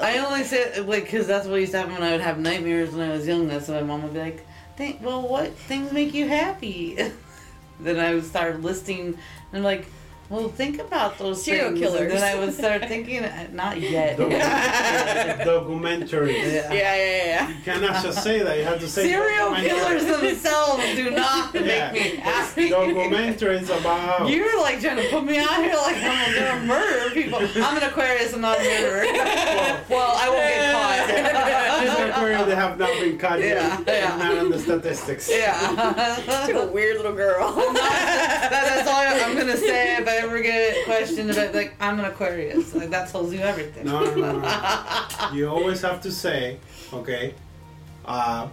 I only said like because that's what used to happen when I would have nightmares when I was young. That's why my mom would be like, "Think, well, what things make you happy?" [LAUGHS] then I would start listing and like, "Well, think about those
Serial
things."
killers.
And then I would start thinking, uh, "Not yet."
Docu- documentaries.
Yeah.
Yeah, yeah, yeah.
You cannot just say that. You have to say
[LAUGHS] Serial
documentary.
killers themselves do not make
Yeah.
me
It's
happy.
documentaries about
[LAUGHS]
[LAUGHS]
You're like trying to put me out here like I'm gonna murder people. I'm an Aquarius and not a murderer. [LAUGHS] Well, I won't get
These
caught.
Aquarians that have not been caught
Yeah,
yet.
yeah.
Not on the statistics.
[LAUGHS] yeah.
[LAUGHS] Such a weird little [LAUGHS] girl.
That- that's all I- I'm gonna say if I ever get questioned about like I'm an Aquarius. Like that tells you everything.
No, no, no, no. You always have to say, okay, uh,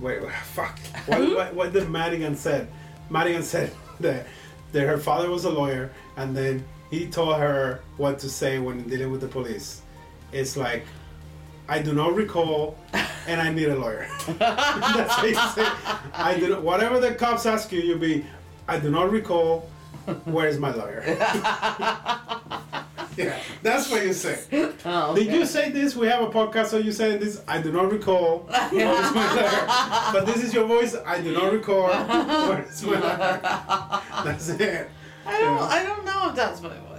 wait, wait, fuck. What, what, what did Madigan said? Madigan said [LAUGHS] that, that her father was a lawyer and then he told her what to say when dealing with the police. It's like, I do not recall and I need a lawyer. [LAUGHS] That's what he said. I do not, whatever the cops ask you, you'll be, I do not recall. Where is my lawyer? [LAUGHS] yeah, that's what you say.
Oh,
Did you say this? We have a podcast, so you said this. I do not
[LAUGHS]
recall. Where is my lawyer? But this is your voice. I do not
[LAUGHS]
recall. Where is my lawyer? That's it.
I don't. I don't know if that's my voice.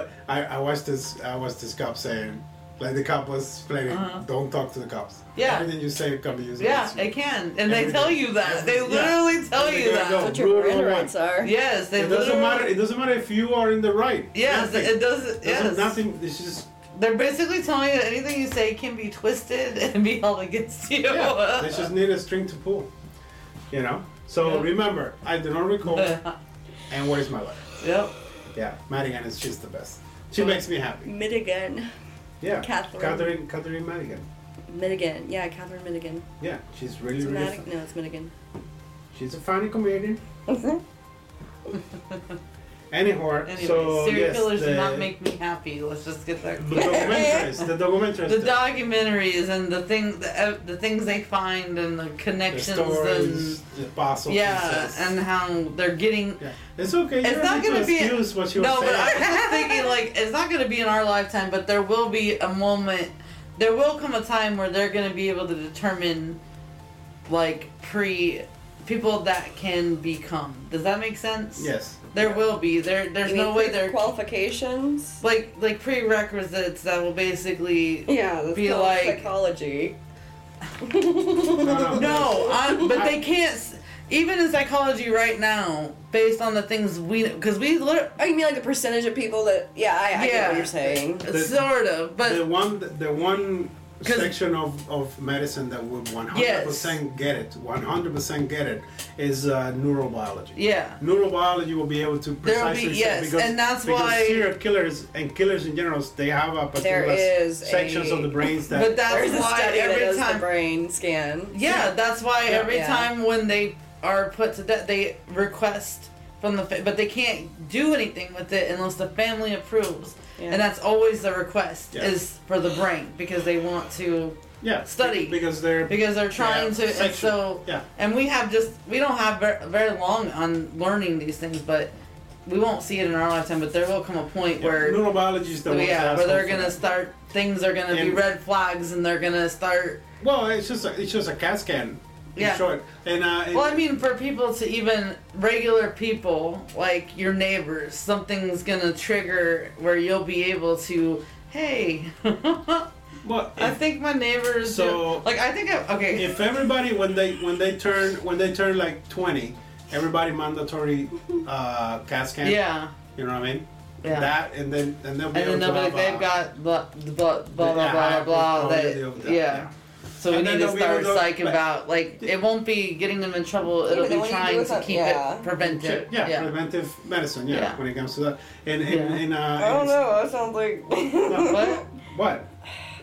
[LAUGHS]
But I, I watched this. I watched this cop saying, like the cop was explaining, don't talk to the cops.
Uh-huh. Yeah.
Everything you say can be used
yeah,
against you.
it can, and they tell you that. They
Yeah.
literally tell
They
you
gotta go.
that.
What your
Brutal one.
parents are.
Yes, they.
It doesn't
literally-
matter. It doesn't matter if you are in the right.
Yes,
Nothing.
it doesn't.
Doesn't-
Yes,
Nothing. It's
[LAUGHS]
just
they're basically telling you that anything you say can be twisted [LAUGHS] and be held against you.
yeah.
[LAUGHS]
they just need a string to pull. You know. So
Yeah.
remember, I do
[LAUGHS]
not recall. and where's my lawyer?
yep.
Yeah, Madigan is she's the best. She makes me happy.
Midigan.
Yeah,
Catherine.
Catherine, Catherine Madigan.
Midigan. Yeah, Catherine Midigan.
Yeah, she's really,
It's
really.
Madigan.
fun.
No, it's Midigan.
She's a funny comedian.
Mhm.
Anyhow,
Anyway,
so
serial
yes,
killers
the,
do not make me happy. Let's just get that.
the documentaries. the documentaries.
the
the-
documentaries and the thing, the, uh, the things they find and the
the
connections
stories, the puzzles.
and yeah,
pieces.
and how they're getting.
it's okay.
It's
you don't
not
need to
gonna be-
excuse what you were
No, but I was
saying.
just thinking like it's not going to be in our lifetime, but there will be a moment. There will come a time where they're going to be able to determine, like pre, people that can become. Does that make sense? [LAUGHS]
[LAUGHS] yes,
There will be. There, there's
You
no
mean
way
pre-
they're
qualifications.
like like prerequisites that will basically
Yeah, that's
Be
called
like-
psychology.
no,
No, I, but they can't. s- Even in psychology right now, based on the things we, because we learn,
Oh, you mean like the percentage of people that? Yeah, I, I get
Yeah.
what you're saying.
The-
sort of,
the
but
one the one
'Cause-
section of, of medicine that would 100% get it 100% get it is uh, neurobiology
yeah,
neurobiology will be able to
There will be-
precisely say-
yes,
because,
and that's
because
why-
serial killers and killers in general they have a particular
is
sections
a-
of the brains that
but that's
There's a
why
study that
every
does
time,
the brain scan.
yeah, that's why every
yeah.
time when they are put to death, they request from the, fa- but they can't do anything with it unless the family approves,
Yeah.
and that's always the request
Yeah.
is for the brain because they want to,
yeah
study.
because they're
because they're trying
yeah,
to, and
section-
so.
yeah
And we have just we don't have ver- very long on learning these things, but we won't see it in our lifetime. But there will come a point
yeah.
where
neurobiology is the one
yeah, where they're gonna start things are gonna be
And-
red flags, and they're gonna start.
well it's just a, it's just a CAT scan in
Yeah.
short and uh, it-
Well, I mean, for people to even regular people like your neighbors, something's gonna trigger where you'll be able to. Hey, [LAUGHS]
well,
I
if-
think my neighbors. do-"
So-
like, I think I, okay.
if everybody when they when they turn when they turn like 20 everybody mandatory uh cat scan
yeah,
you know what i mean
yeah.
that and then and then we
and then they'll be like,
uh,
they've got blah blah blah blah
Yeah,
blah blah.
high
blah that,
probability of that,
yeah. So we
And
need
then
to
they'll be
start
able to-
psyching
but-
about like it won't be getting them in trouble.
but
It'll
then
be
what do you do
trying
with
to
that?
keep
Yeah.
it preventive.
yeah,
yeah.
preventive medicine yeah,
Yeah.
when it comes to that and in,
Yeah.
in, uh
I don't
in-
know. That sounds like. [LAUGHS]
What?
what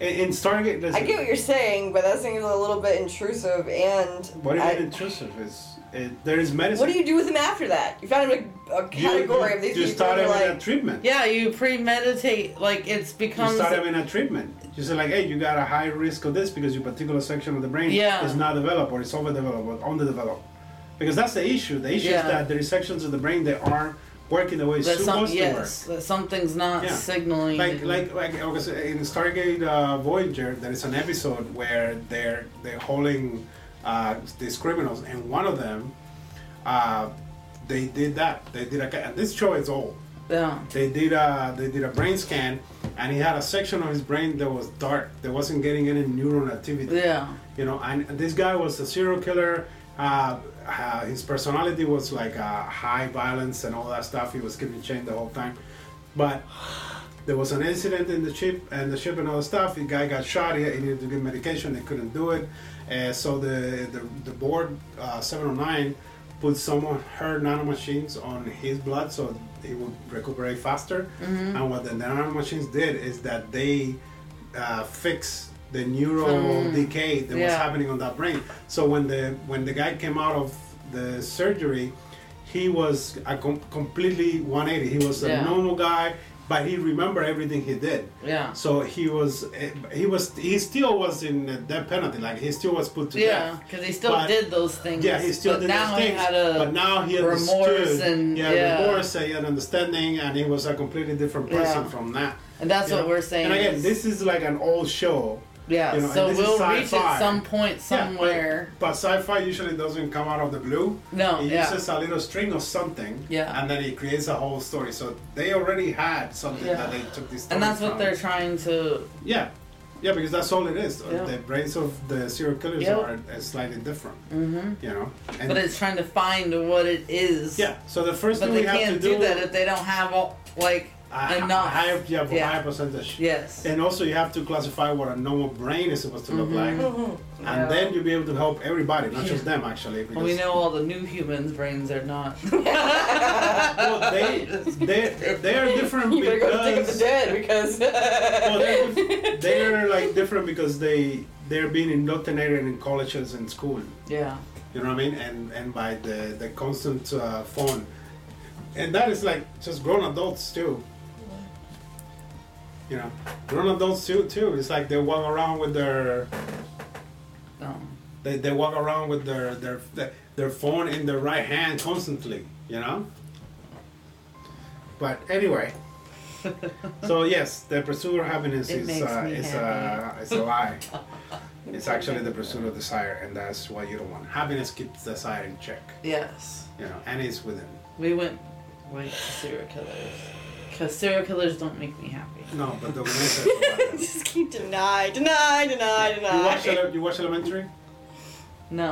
in, in stargate listen,
I get what you're saying, but that seems a little bit intrusive and.
what do you
I,
mean intrusive is It, there is medicine.
What do you do with him after that? You found him a, a
You-
category of these
You
people.
start
and
him
you're
in a
like,
treatment.
Yeah, you premeditate. Like it's
You
becomes.
start him in a treatment. You say like, hey, you got a high risk of this because your particular section of the brain
Yeah.
is not developed or it's overdeveloped or underdeveloped. Because that's the issue. The issue
Yeah.
is that there is sections of the brain that aren't working the way it's
that some
supposed to work.
yes, that something's not
Yeah.
signaling.
like like like I was in Stargate uh, Voyager, there is an episode where they're they're holding uh, these criminals, and one of them, uh, they did that. They did a ca- and this show is old.
yeah.
They did a they did a brain scan, and he had a section of his brain that was dark. That wasn't getting any neuron activity.
Yeah.
You know, and this guy was a serial killer. Uh, uh, his personality was like uh, high violence and all that stuff. He was keeping chained the whole time. But there was an incident in the ship and the ship and all the stuff. The guy got shot. He, he needed to get medication. They couldn't do it. And so the the, the board uh, 709 put some of her nanomachines on his blood so he would recuperate faster.
Mm-hmm.
And what the nanomachines did is that they uh, fixed the neural decay that was
Mm. Yeah.
happening on that brain. So when the when the guy came out of the surgery, he was a com- completely 180. He was a
Yeah.
normal guy, but he remembered everything he did.
Yeah.
So he was, eh, he was, he still was in the death penalty. Like he still was put to
Yeah,
death.
because he still
But-
did those things.
Yeah, he still
but
did
now
those
he
things,
had a
but now he
remorse
understood.
and-
yeah,
yeah.
remorse, he had understanding, and he was a completely different person
Yeah.
from that.
and that's
you
what
know?
we're saying.
And again,
is-
this is like an old show.
yeah,
you know,
so
and this is
we'll reach
sci-fi.
at some point
Yeah, but-
somewhere.
but, sci-fi usually doesn't come out of the blue.
No,
It
yeah.
uses a little string of something,
Yeah.
and then it creates a whole story. So they already had something
Yeah.
that they took this.
and
story
that's what
from.
they're trying to.
Yeah, yeah, because that's all it is. Uh,
Yeah.
The brains of the serial killers
Yeah.
are uh, slightly different. Mm-hmm. You know, and
But it's trying to find what it is.
yeah. So the first
But
thing
they
we have
can't
to
do,
do,
that if they don't have all, like
a- a
enough.
higher, yeah, a
Yeah.
higher percentage.
yes.
And also, you have to classify what a normal brain is supposed to look
Mm-hmm.
like,
Mhm.
and
Yeah.
then you'll be able to help everybody, not just them actually. Because
Well, we know all the new humans' brains are not. [LAUGHS]
well, [LAUGHS] they they they are
[LAUGHS]
different
[LAUGHS] You better
because
go to Dick of the Dead because. [LAUGHS]
well, they're, dif- they are like different because they they're being indoctrinated in colleges and school.
yeah.
You know what I mean? And and by the the constant uh, phone, and that is like just grown adults too. You know, grown adults too too. It's like they walk around with their
No.
they, they walk around with their their their phone in their right hand constantly. You know. But anyway. so yes, the pursuit of happiness
It
is
makes
uh,
me
is a
happy.
is a
[LAUGHS]
lie. it's actually the pursuit of desire, and that's what you don't want. Happiness keeps desire in check.
Yes.
you know, and it's within.
We went right to serial killers. Because serial killers don't make me happy.
No, but the women says about
[LAUGHS]
that.
Just keep deny, deny, deny,
Uh,
You watch,
deny.
ele- you watch Elementary?
No.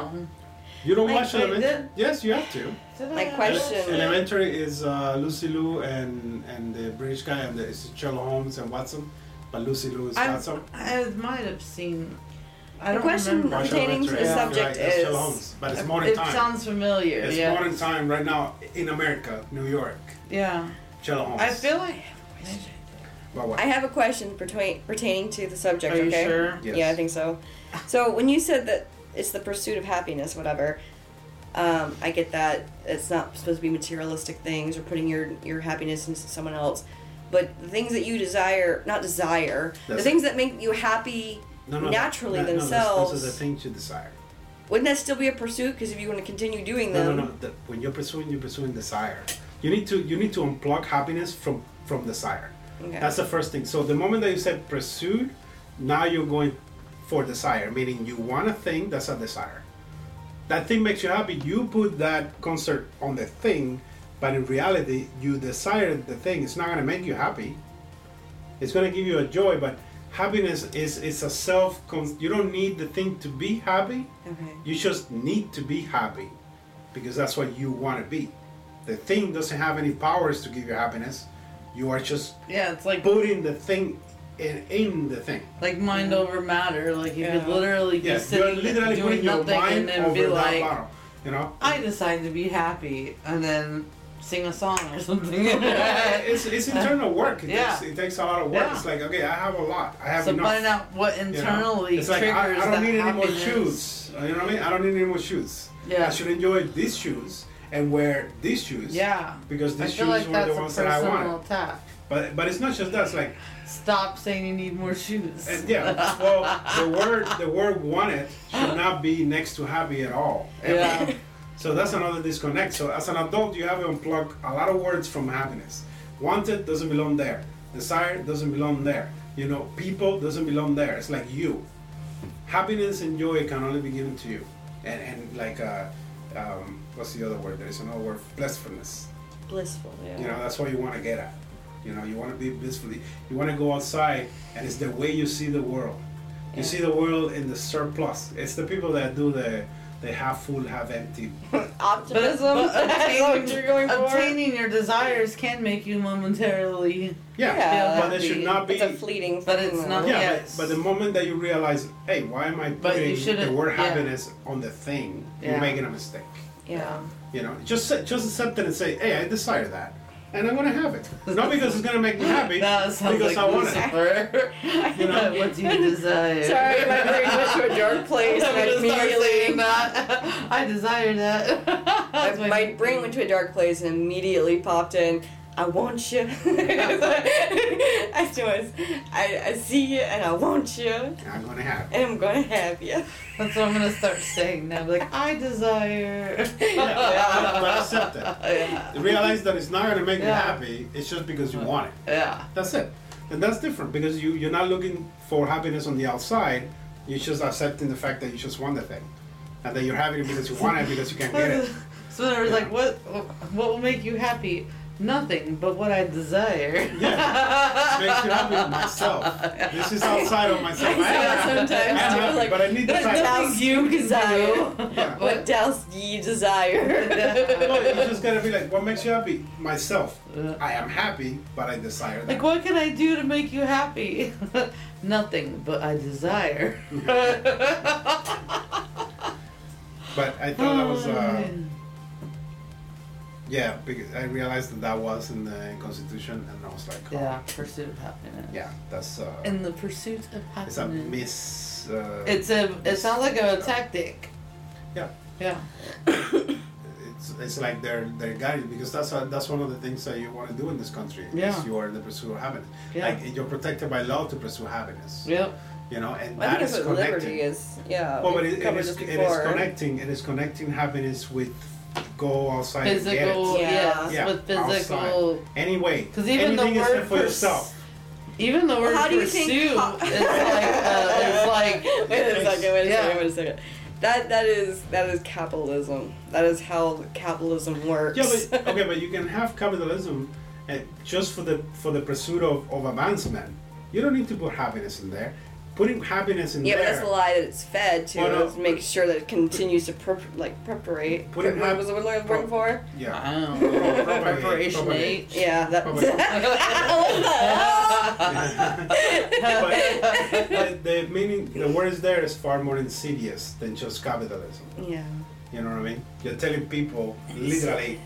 You don't
I-
watch
I
Elementary?
did.
Yes, you have to.
Did
My
I-
question-
Elementary is uh, Lucy Liu and, and the British guy, and the, it's Sherlock Holmes and Watson, but Lucy Liu is
I,
Watson.
I might have seen. I
The
don't
question
remember.
Watch
pertaining to the
Elementary, you're
subject
right, that's Sherlock
is-
Holmes, but it's modern
It
time.
sounds familiar.
it's
yeah.
modern time right now in America, New York.
Yeah.
Sherlock Holmes.
I feel like.
But what?
I have a question pertain- pertaining to the subject.
Are you
okay.
sure?
Yes.
Yeah, I think so. So when you said that it's the pursuit of happiness, whatever, um, I get that it's not supposed to be materialistic things or putting your your happiness into someone else, but the things that you desire, not desire,
That's-
the things that make you happy naturally
no, no, that's-
themselves.
Those are the things you desire.
Wouldn't that still be a pursuit? Because if you want to continue doing
No,
them,
no, no. The, when you're pursuing, you're pursuing desire. You need to you need to unplug happiness from from desire.
Okay.
That's the first thing. So the moment that you said pursued, now you're going for desire, meaning you want a thing that's a desire. That thing makes you happy. You put that concert on the thing, but in reality, you desire the thing. It's not gonna make you happy. It's gonna give you a joy, but happiness is is a self. You don't need the thing to be happy.
okay.
You just need to be happy because that's what you want to be. The thing doesn't have any powers to give you happiness. You are just
Yeah, it's like
putting the thing in, in the thing.
like mind over matter. Like you
Yeah.
could literally be
Yes, you're
sitting
literally
doing
putting your
nothing and
mind
then be
over that
like,
bottle. You know?
I decided to be happy, and then sing a song or [LAUGHS] something.
[LAUGHS] it's, it's internal work. It,
Yeah.
takes, it takes a lot of work.
Yeah.
It's like, okay, I have a lot. I have
so
enough.
find out what
you know?
internally
it's like, I,
triggers
I
that
don't need any more
happiness.
shoes. You know what I mean? I don't need any more shoes.
Yeah.
I should enjoy these shoes and wear these shoes.
Yeah.
Because
I
these
feel
shoes
like
were
that's
the
a
ones that I
personal
wanted.
attack.
But but it's not just that. It's like
Stop saying you need more shoes.
And yeah, well, the word the word wanted should not be next to happy at all. ever.
Yeah.
[LAUGHS] So that's another disconnect. So as an adult, you have to unplug a lot of words from happiness. Wanted doesn't belong there. Desire doesn't belong there. You know, people doesn't belong there. It's like you. Happiness and joy can only be given to you. And and like uh, um, what's the other word? There is another word, blissfulness.
blissful. Yeah.
You know, that's what you want to get at. You know, you want to be blissfully. You want to go outside, and it's the way you see the world. You see the world in the surplus. It's the people that do the the half full, half empty.
But,
[LAUGHS] Optimism.
[LAUGHS] but
That's what
obtaining,
you're going for.
obtaining your desires can make you momentarily.
Yeah,
Yeah.
but it should not be.
it's a fleeting.
But it's
feeling.
not-
yeah,
Yes.
but, but the moment that you realize, hey, why am I
But you
putting the
shouldn't-
word
yeah.
happiness on the thing?
Yeah.
You're making a mistake.
Yeah.
You know, just se- just accept it and say, hey, I desire that, and I'm gonna have
[LAUGHS]
it. Not because it's gonna make me happy,
That sounds
because
like
I want it.
Lucifer.
You know?
[LAUGHS] what do you desire?
Sorry, my brain
[LAUGHS]
went to a dark place.
I'm
and
gonna start
[LAUGHS] I
saying
[LAUGHS] immediately,
that. [LAUGHS] I desire [LAUGHS] that. That's
my, my brain went to a dark place and immediately popped in. I want you. [LAUGHS] I do it. I, I see you and I want you and
And I'm gonna have it.
I'm gonna have you.
That's what I'm gonna start saying now. Like I desire.
Yeah, but accept it.
[LAUGHS] Yeah.
realize that it's not going to make
Yeah.
you happy. It's just because you want it.
[LAUGHS] Yeah.
That's it. And that's different because you you're not looking for happiness on the outside. You're just accepting the fact that you just want the thing, and that you're having it because you want it because you can't get
[LAUGHS]
it.
So there was
Yeah.
like, what, what will make you happy? Nothing but what I desire. [LAUGHS]
Yeah. It makes you happy with myself. This is outside of myself. I
that
am,
sometimes,
I am
too,
happy,
like,
but I need the
[LAUGHS] there's
fact.
no-
Nothing you desire. [LAUGHS]
Yeah.
What else do you
No,
desire?
you just gotta be like, what makes you happy? Myself.
Yeah.
I am happy, but I desire that.
Like, what can I do to make you happy? [LAUGHS] Nothing but I
[LAUGHS]
desire.
But I thought that was. Uh, Yeah, because I realized that that was in the Constitution, and I was like,
[LAUGHS]
oh,
yeah, pursuit of happiness.
yeah, that's uh,
In the pursuit of
it's a
happiness.
miss. Uh,
It's a. It sounds like a tactic.
Yeah.
Yeah.
it's it's like they're they're guided because that's a, that's one of the things that you want to do in this country.
Yeah.
is you are in the pursuit of happiness.
Yeah.
Like you're protected by law to pursue happiness.
Yep.
You know, and
I
that
think that's
is
what
connected.
liberty is. Yeah.
Well, but
we've
it, it
covered
is
this
it is
before.
connecting. It is connecting happiness with go outside and
Physical.
get it.
Yeah.
Yes.
Yeah,
With physical.
outside. Anyway,
'Cause even the
anything except
word
for
pers-
yourself.
Even the word
how do you
pursue
think
is
co-
like. Uh, it's
[LAUGHS]
like.
[LAUGHS] Wait a second. Wait a
Yeah.
second. Wait a second. That that is that is capitalism. That is how capitalism works.
Yeah,
[LAUGHS]
but uh, okay, but you can have capitalism uh, just for the for the pursuit of, of advancement. You don't need to put happiness in there. Putting happiness in
Yeah, but
there.
that's the lie that it's fed to
Well, Oh, no.
is make sure that it continues to prep like preparate.
Put it
what
in-
was the word I was
oh.
looking for?
yeah.
[LAUGHS] I don't know.
Propagate,
Preparation
propagate.
H.
Yeah, that.
Preparate.
[LAUGHS]
[LAUGHS]
I
[LAUGHS] but, but the meaning, the word is there is far more insidious than just capitalism.
love that. Yeah.
You know what I mean? You're telling people literally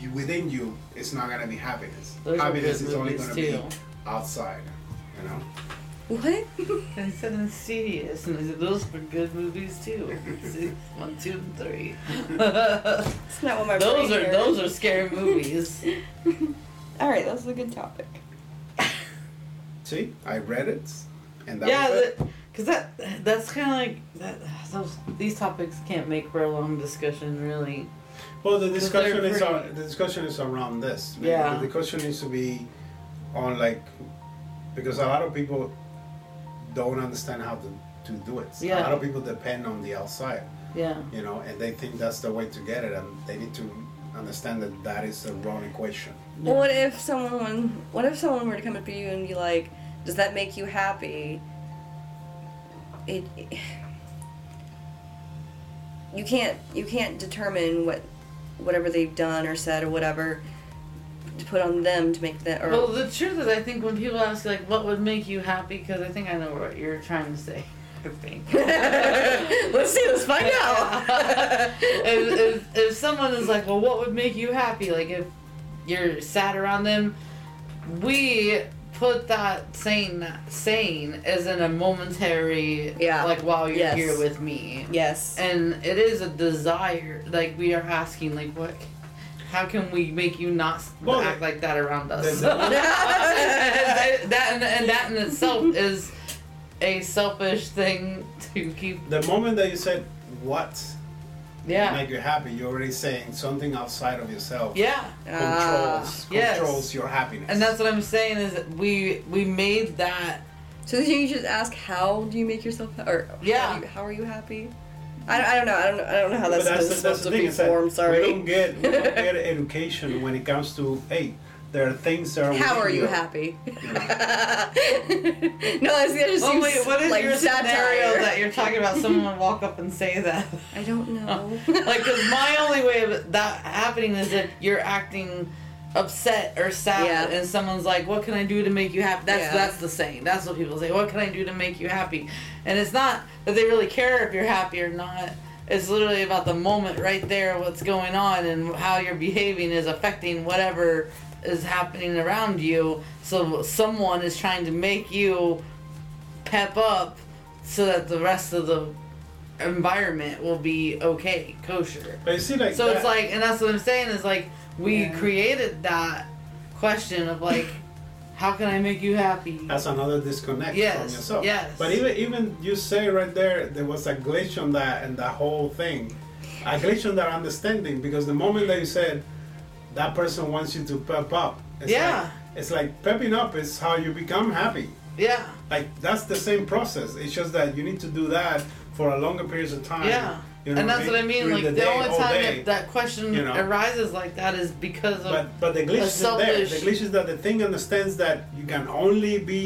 you, within you, it's not gonna be happiness.
Those are
happiness
good
is only
movies
gonna
too.
be outside. You know.
What?
I said Insidious, and I said those were good movies too. See, One, two, and
[LAUGHS]
three. those
It's not what my brain
are
heard.
those are scary
[LAUGHS]
movies.
All right, that was a good topic.
See, I read it, and that
yeah,
was it.
because that, that's kind of like that. Those these topics can't make for a long discussion, really.
Well, the
Because they're
discussion is
pretty-
ar- the discussion is around this.
Yeah.
The discussion needs to be on like because a lot of people don't understand how to, to do it. A lot
Yeah.
of people depend on the outside,
Yeah.
you know, and they think that's the way to get it, and they need to understand that that is the wrong equation.
Yeah.
What if someone what if someone were to come up to you and be like, "Does that make you happy?" It, it- you can't you can't determine what whatever they've done or said or whatever to put on them to make that or
Well, [LAUGHS] the truth is, I think when people ask like, "What would make you happy?" because I think I know what you're trying to say. [LAUGHS] think.
[LAUGHS] Let's see. Let's find out.
[LAUGHS] if, if, if someone is like, well, what would make you happy? Like, if you're sad around them, we put that saying saying as in a momentary,
Yeah.
like, while you're
Yes.
here with me.
yes.
And it is a desire. Like, we are asking, like, what? How can we make you not s-
Well,
act like that around us? [LAUGHS]
the- the-
that, and, and that in itself is a selfish thing to keep.
The moment that you said what
Yeah.
make you happy, you're already saying something outside of yourself
Yeah.
controls
Ah, yes.
controls your happiness.
And that's what I'm saying is that we we made that
So then you just ask, how do you make yourself, ha- or
Yeah.
how, do you, how are you happy? I don't, I don't know. I don't, know- I don't know how that's,
But
that's, supposed to be
is that
formed.
We don't
Sorry.
get we don't get education when it comes to hey, there are things that are
[LAUGHS] How are
within [LAUGHS]
you happy? no, that's the other
Oh wait, what is
like,
your
satire.
scenario that you're talking about? Someone would walk up and say that.
[LAUGHS]
[LAUGHS]
I don't know.
Like, cause my only way of that happening is if you're acting upset or sad,
Yeah.
and someone's like, "What can I do to make you happy?" That's
Yeah.
that's the saying. That's what people say. What can I do to make you happy? And it's not that they really care if you're happy or not. It's literally about the moment right there, what's going on, and how you're behaving is affecting whatever is happening around you. So someone is trying to make you pep up so that the rest of the environment will be okay, kosher.
But you see, like
So
that,
it's like, and that's what I'm saying is like, we
Yeah.
created that question of like, how can I make you happy?
that's another disconnect from
Yes,
yourself.
yes.
But even even you say right there, there was a glitch on that and that whole thing, a glitch on that understanding because the moment that you said that person wants you to pep up, it's
Yeah.
like, it's like pepping up is how you become happy.
Yeah,
Like that's the same process. It's just that you need to do that for a longer periods of time.
yeah.
You know
and that's what I mean.
During
Like the,
day,
only
all
time
day.
that that question
you know.
arises like that is because of
But but the glitch
A
is there. The
selfish-
glitch is that the thing understands that you can only be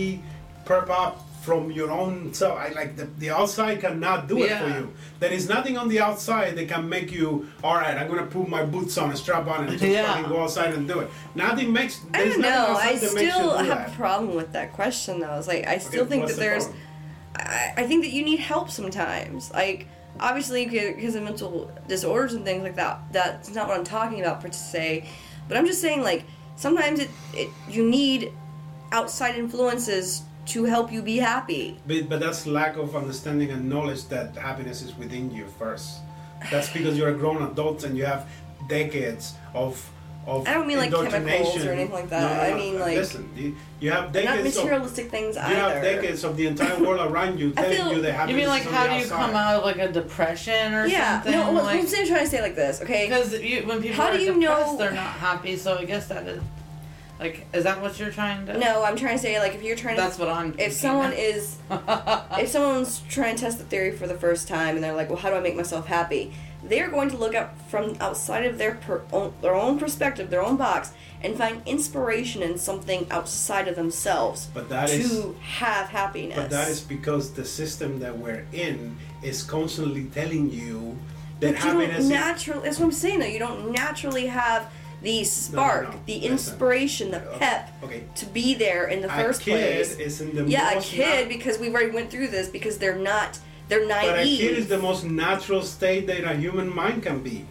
perp up from your own self. I like the, the outside cannot do it for
Yeah.
you. There is nothing on the outside that can make you all right. I'm gonna put my boots on and strap on and just
Yeah.
fucking go outside and do it. Nothing makes.
[LAUGHS] I
there's
don't
nothing
know.
outside
I
that makes you
still
do
have a
that.
problem with that question, though. It's like I still
Okay,
think
what's
that
the
there's.
problem?
I, I think that you need help sometimes. Like, obviously, because of mental disorders and things like that, that's not what I'm talking about per se. But I'm just saying, like, sometimes it, it you need outside influences to help you be happy.
But, but that's lack of understanding and knowledge that happiness is within you first. That's because you're a grown adult and you have decades of of
I don't mean, like, chemicals
indoctrination.
or anything like that. I mean, like-
listen, you, you have
Not
decades of
materialistic things
you have
either.
decades of the entire world around you
[LAUGHS] I
telling
feel-
you that
you
happiness
mean like
is on
how
the
do you
outside.
come out of like a depression or
Yeah.
something?
No,
like,
what, what I'm trying to say like this, okay?
Because you, when people
How
are
do you
depressed,
know-
they're not happy. So I guess that is, like, is that what you're trying to?
No, I'm trying to say like if you're trying
that's
to
what I'm.
if someone is
[LAUGHS]
if someone's trying to test the theory for the first time and they're like, "Well, how do I make myself happy?" They're going to look up from outside of their per, own, their own perspective, their own box, and find inspiration in something outside of themselves
But that
to
is-
have happiness.
But that is because the system that we're in is constantly telling you that
But you
happiness
don't
is
naturally. That's what I'm saying. Though you don't naturally have the spark,
no,
the
listen.
inspiration, the
Okay,
pep
okay.
to be there in the
a
first
kid
place.
is in the
yeah, a
most
kid
nat-
because we've already went through this because they're not they're naive.
But a kid is the most natural state that a human mind can be.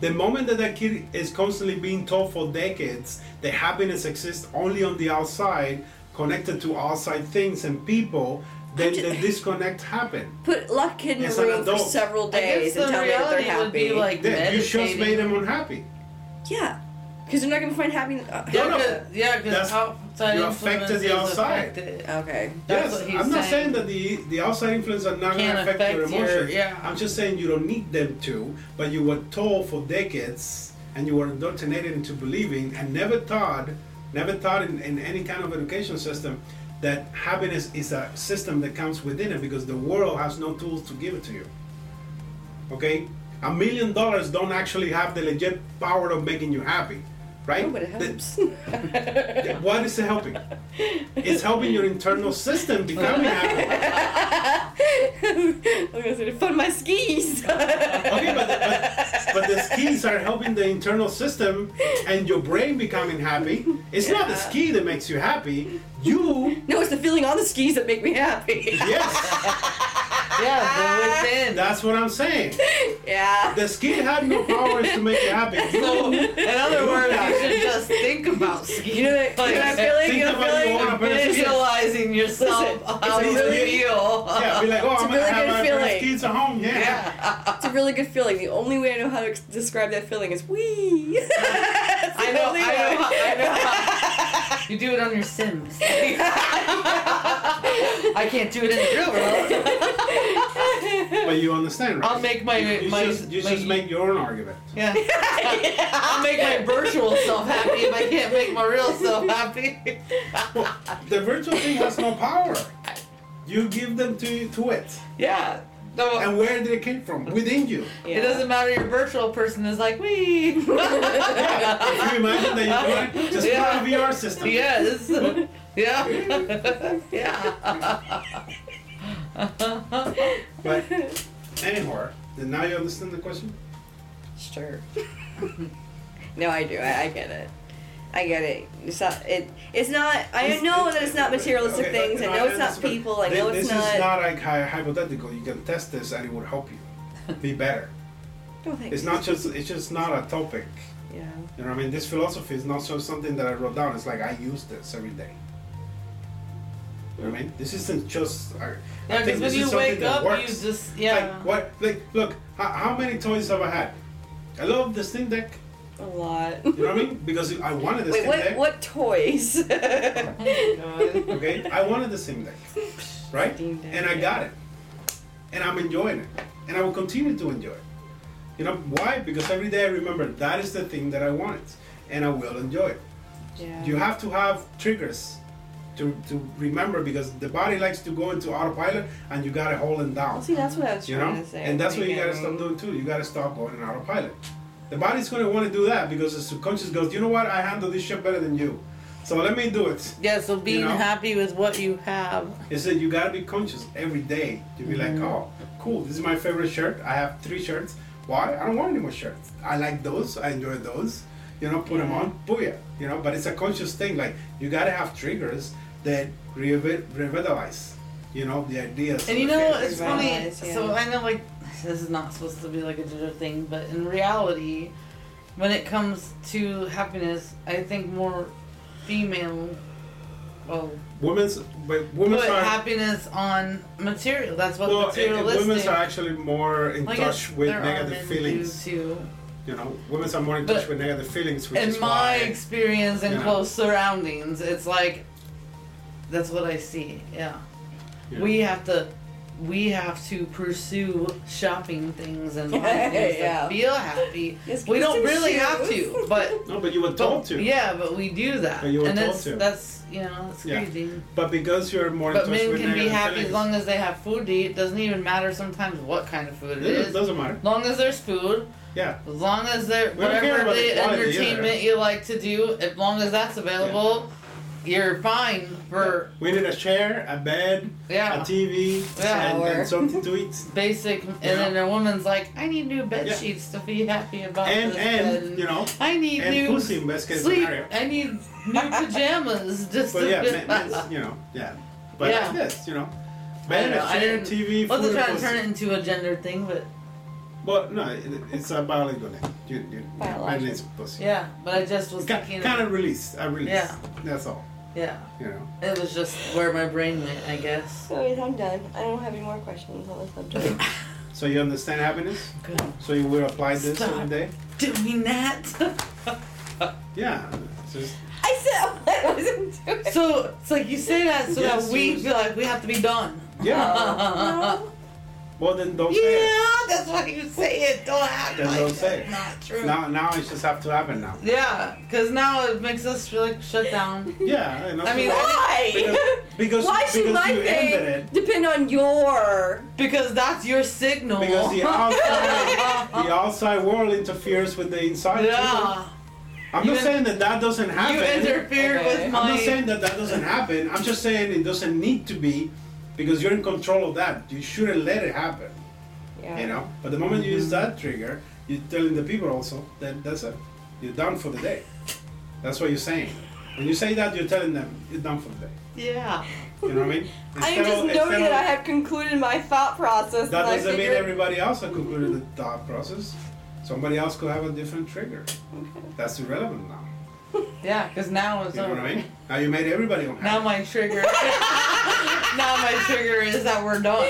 The moment that that kid is constantly being told for decades that happiness exists only on the outside, connected to outside things and people, then
ju-
the disconnect happens.
Put luck kid in a
It's an
room for
adult.
several
I guess
days and
the
tell me that they're
reality
happy.
would be, like-
Then you just
Meditating.
made them unhappy.
yeah, because they're not gonna find happy. Uh,
yeah,
no,
because yeah,
that's-
because outside
you
influence
affected the
is
outside.
affected.
Okay.
That's
yes,
what he's
I'm not
saying.
saying that the the outside influence are not going
Can't
to affect,
affect
your
your-
emotions.
yeah.
I'm just saying you don't need them to, but you were told for decades and you were indoctrinated into believing and never taught, never taught in, in any kind of education system that happiness is a system that comes within it because the world has no tools to give it to you. Okay? A million dollars don't actually have the legit power of making you happy, right?
Oh, but it
[LAUGHS]
The-
helps. [LAUGHS]
yeah, What is it helping? It's helping your internal system becoming
[LAUGHS]
happy.
I'm gonna say to fund my skis. [LAUGHS]
Okay, but, but, but the skis are helping the internal system and your brain becoming happy. It's not the
Yeah.
ski that makes you happy. You
no, it's the feeling pulling on the skis that make me happy. [LAUGHS]
Yes,
Yeah, the [LAUGHS] within.
that's what I'm saying.
yeah.
The skin had no powers to make you happy. You
So, in other words, you should just [LAUGHS] think about skiing.
You know that? You know, I feel like you
Think
know,
about
I feel
going
like
up there.
Visualizing yourself
Listen,
how
it's a
you
really-
feel. [LAUGHS]
yeah, be like, oh,
It's a
I'm
really
gonna have
good
my
feeling.
first kids at home. Yeah.
Yeah.
It's a really good feeling. The only way I know how to ex- describe that feeling is wee. [LAUGHS]
I know, I know, how, I know how. [LAUGHS] You do it on your Sims. [LAUGHS] I can't do it in the real world.
But you understand,
[LAUGHS]
right?
I'll make my
you, you
my,
just, you
my
just make your own argument.
[LAUGHS] yeah. I'll make my virtual self happy if I can't make my real self happy.
Well, the virtual thing has no power. You give them to to it,
yeah. No,
and where did it came from? Within you.
It doesn't matter. Your virtual person is like we. [LAUGHS]
[LAUGHS]
Yeah. If you imagine that you want just
Yeah.
put a VR system.
Yes. Yeah. yeah.
But anyhow, then now you understand the question.
Sure. [LAUGHS] no, I do. I, I get it. I get it. It's not. It, it's not. I know that it's not materialistic
Okay,
things. I
no,
know it's not
understand.
people. I
Thi-
know
This
it's
is
not.
not like hy- hypothetical. You can test this, and it would help you be better.
Don't think
It's not just. It's just not a topic.
Oh, Yeah.
You know what I mean? This philosophy is not just something that I wrote down. It's like I use this every day. You know what I mean? This isn't just. I, I think
Because when
this is
you
something
wake
that
up, you
works.
just yeah.
Like what? Like look, how, how many toys have I had? I love this Steam Deck. [LAUGHS]
A lot.
You know what I mean? Because I wanted the
Wait,
Steam
what?
Deck.
What toys? [LAUGHS]
Okay, I wanted the Steam Deck, right?
Steam Deck,
and I
yeah.
got it, and I'm enjoying it, and I will continue to enjoy it. You know why? Because every day I remember that is the thing that I wanted, and I will enjoy it.
yeah.
You have to have triggers to, to remember because the body likes to go into autopilot and you gotta hold them down.
Well, see, that's what I was
You
trying
know?
to say.
And that's what you gotta
beginning.
stop doing too. You gotta stop going in autopilot. The body's gonna wanna do that because the subconscious goes, you know what, I handle this shit better than you. So let me do it.
yeah. So being
know?
happy with what you have.
It's that you gotta be conscious every day to be like, oh, cool, this is my favorite shirt. I have three shirts. Why? I don't want any more shirts. I like those. I enjoy those. You know, put them on, booyah. You know, but it's a conscious thing. Like, you gotta have triggers that revi- revitalize, you know, the ideas.
And
of
you
the
know,
favorite
it's
thing.
funny.
Realize, yeah.
So I know, like, this is not supposed to be like a digital thing, but in reality, when it comes to happiness, I think more female. Well,
Women's, but women's
put
are.
happiness on material. That's what
well, it,
materialistic.
women's are actually more in
Well, I guess
touch with
there are
negative
men
feelings.
do too.
You know, women's are more in
But
touch with negative feelings, which
in
is
my
why.
experience and
Yeah.
close surroundings, it's like that's what I see. Yeah.
Yeah.
We have to we have to pursue shopping things
[LAUGHS]
and buying things
Yeah.
that feel happy.
[LAUGHS] Yes,
We
get
don't
some
really
shoes.
have to, but
no, but you were told to.
yeah, but we do that.
But you were
and
told
that's
to.
that's you know, it's
Yeah.
crazy.
But because you're more in
But
touch
men
with
can be
negative
happy as
feelings,
long as they have food to eat. It doesn't even matter sometimes what kind of food it
Yeah,
is.
It doesn't matter.
As long as there's food,
Yeah.
As long as they're
We don't care
whatever
about
the,
the quality
entertainment
either.
you like to do, as long as that's available, you're fine for
We need a chair, a bed,
yeah,
a TV,
Yeah.
and,
Shower.
and something to eat.
[LAUGHS] basic. And
Yeah.
then a woman's like, I need new bed
Yeah.
sheets to be happy about
And
this.
and you know,
I need
and
new
pussy in best case
sleep.
scenario.
I need new
[LAUGHS]
pajamas just
But
to
yeah,
be- [LAUGHS]
men, men's, you know, yeah. But
Yeah.
like this, you know,
I
bed,
know, I
a chair,
didn't-
TV, food,
Wasn't
and
trying to
pussy.
turn it into a gender thing, but
But no, it, it's a biological thing. You, you,
Biological.
it's pussy.
yeah. But I just was thinking,
Kind of release, a release.
Yeah.
That's all.
yeah.
You know.
It was just where my brain went, I guess.
So wait, I'm done. I don't have any more questions on the subject.
[LAUGHS] So you understand happiness.
Good.
So you will apply this
Stop.
every day.
Doing [LAUGHS] that.
Yeah. It's just-
I said [LAUGHS] I wasn't doing. it.
So it's like you say that so
Yes,
that we
yes.
feel like we have to be done.
yeah. [LAUGHS]
No.
Well, then don't say it.
yeah, that's what you say. It don't act
That's
like
what I'm saying.
that's not true.
Now, now it just have to happen now.
Yeah, because now it makes us feel like shut down.
Yeah, and also
I mean,
Why?
because, because
Why should
because
my
you
thing
ended it
depend on your?
Because that's your signal.
because the outside the outside world interferes with the inside. too.
yeah,
I'm
You
not
in-
saying that that doesn't happen.
you interfered
Okay.
with
I'm
my.
not saying that that doesn't happen. I'm just saying it doesn't need to be because you're in control of that. You shouldn't let it happen.
Yeah.
You know. But the moment you
Mm-hmm.
use that trigger, you're telling the people also that that's it. You're done for the day. That's what you're saying. When you say that, you're telling them you're done for the day.
yeah,
You know what
[LAUGHS]
I mean?
I'm
Instead
just
of-
noting
instead
that I
of-
have concluded my thought process.
That
and I
doesn't mean
figured-
everybody else has concluded
Mm-hmm.
the thought process. Somebody else could have a different trigger. That's irrelevant now.
Yeah, because now it's
You know
over.
what I mean? Now you made everybody unhappy.
Now my trigger. [LAUGHS] now my trigger is that we're done.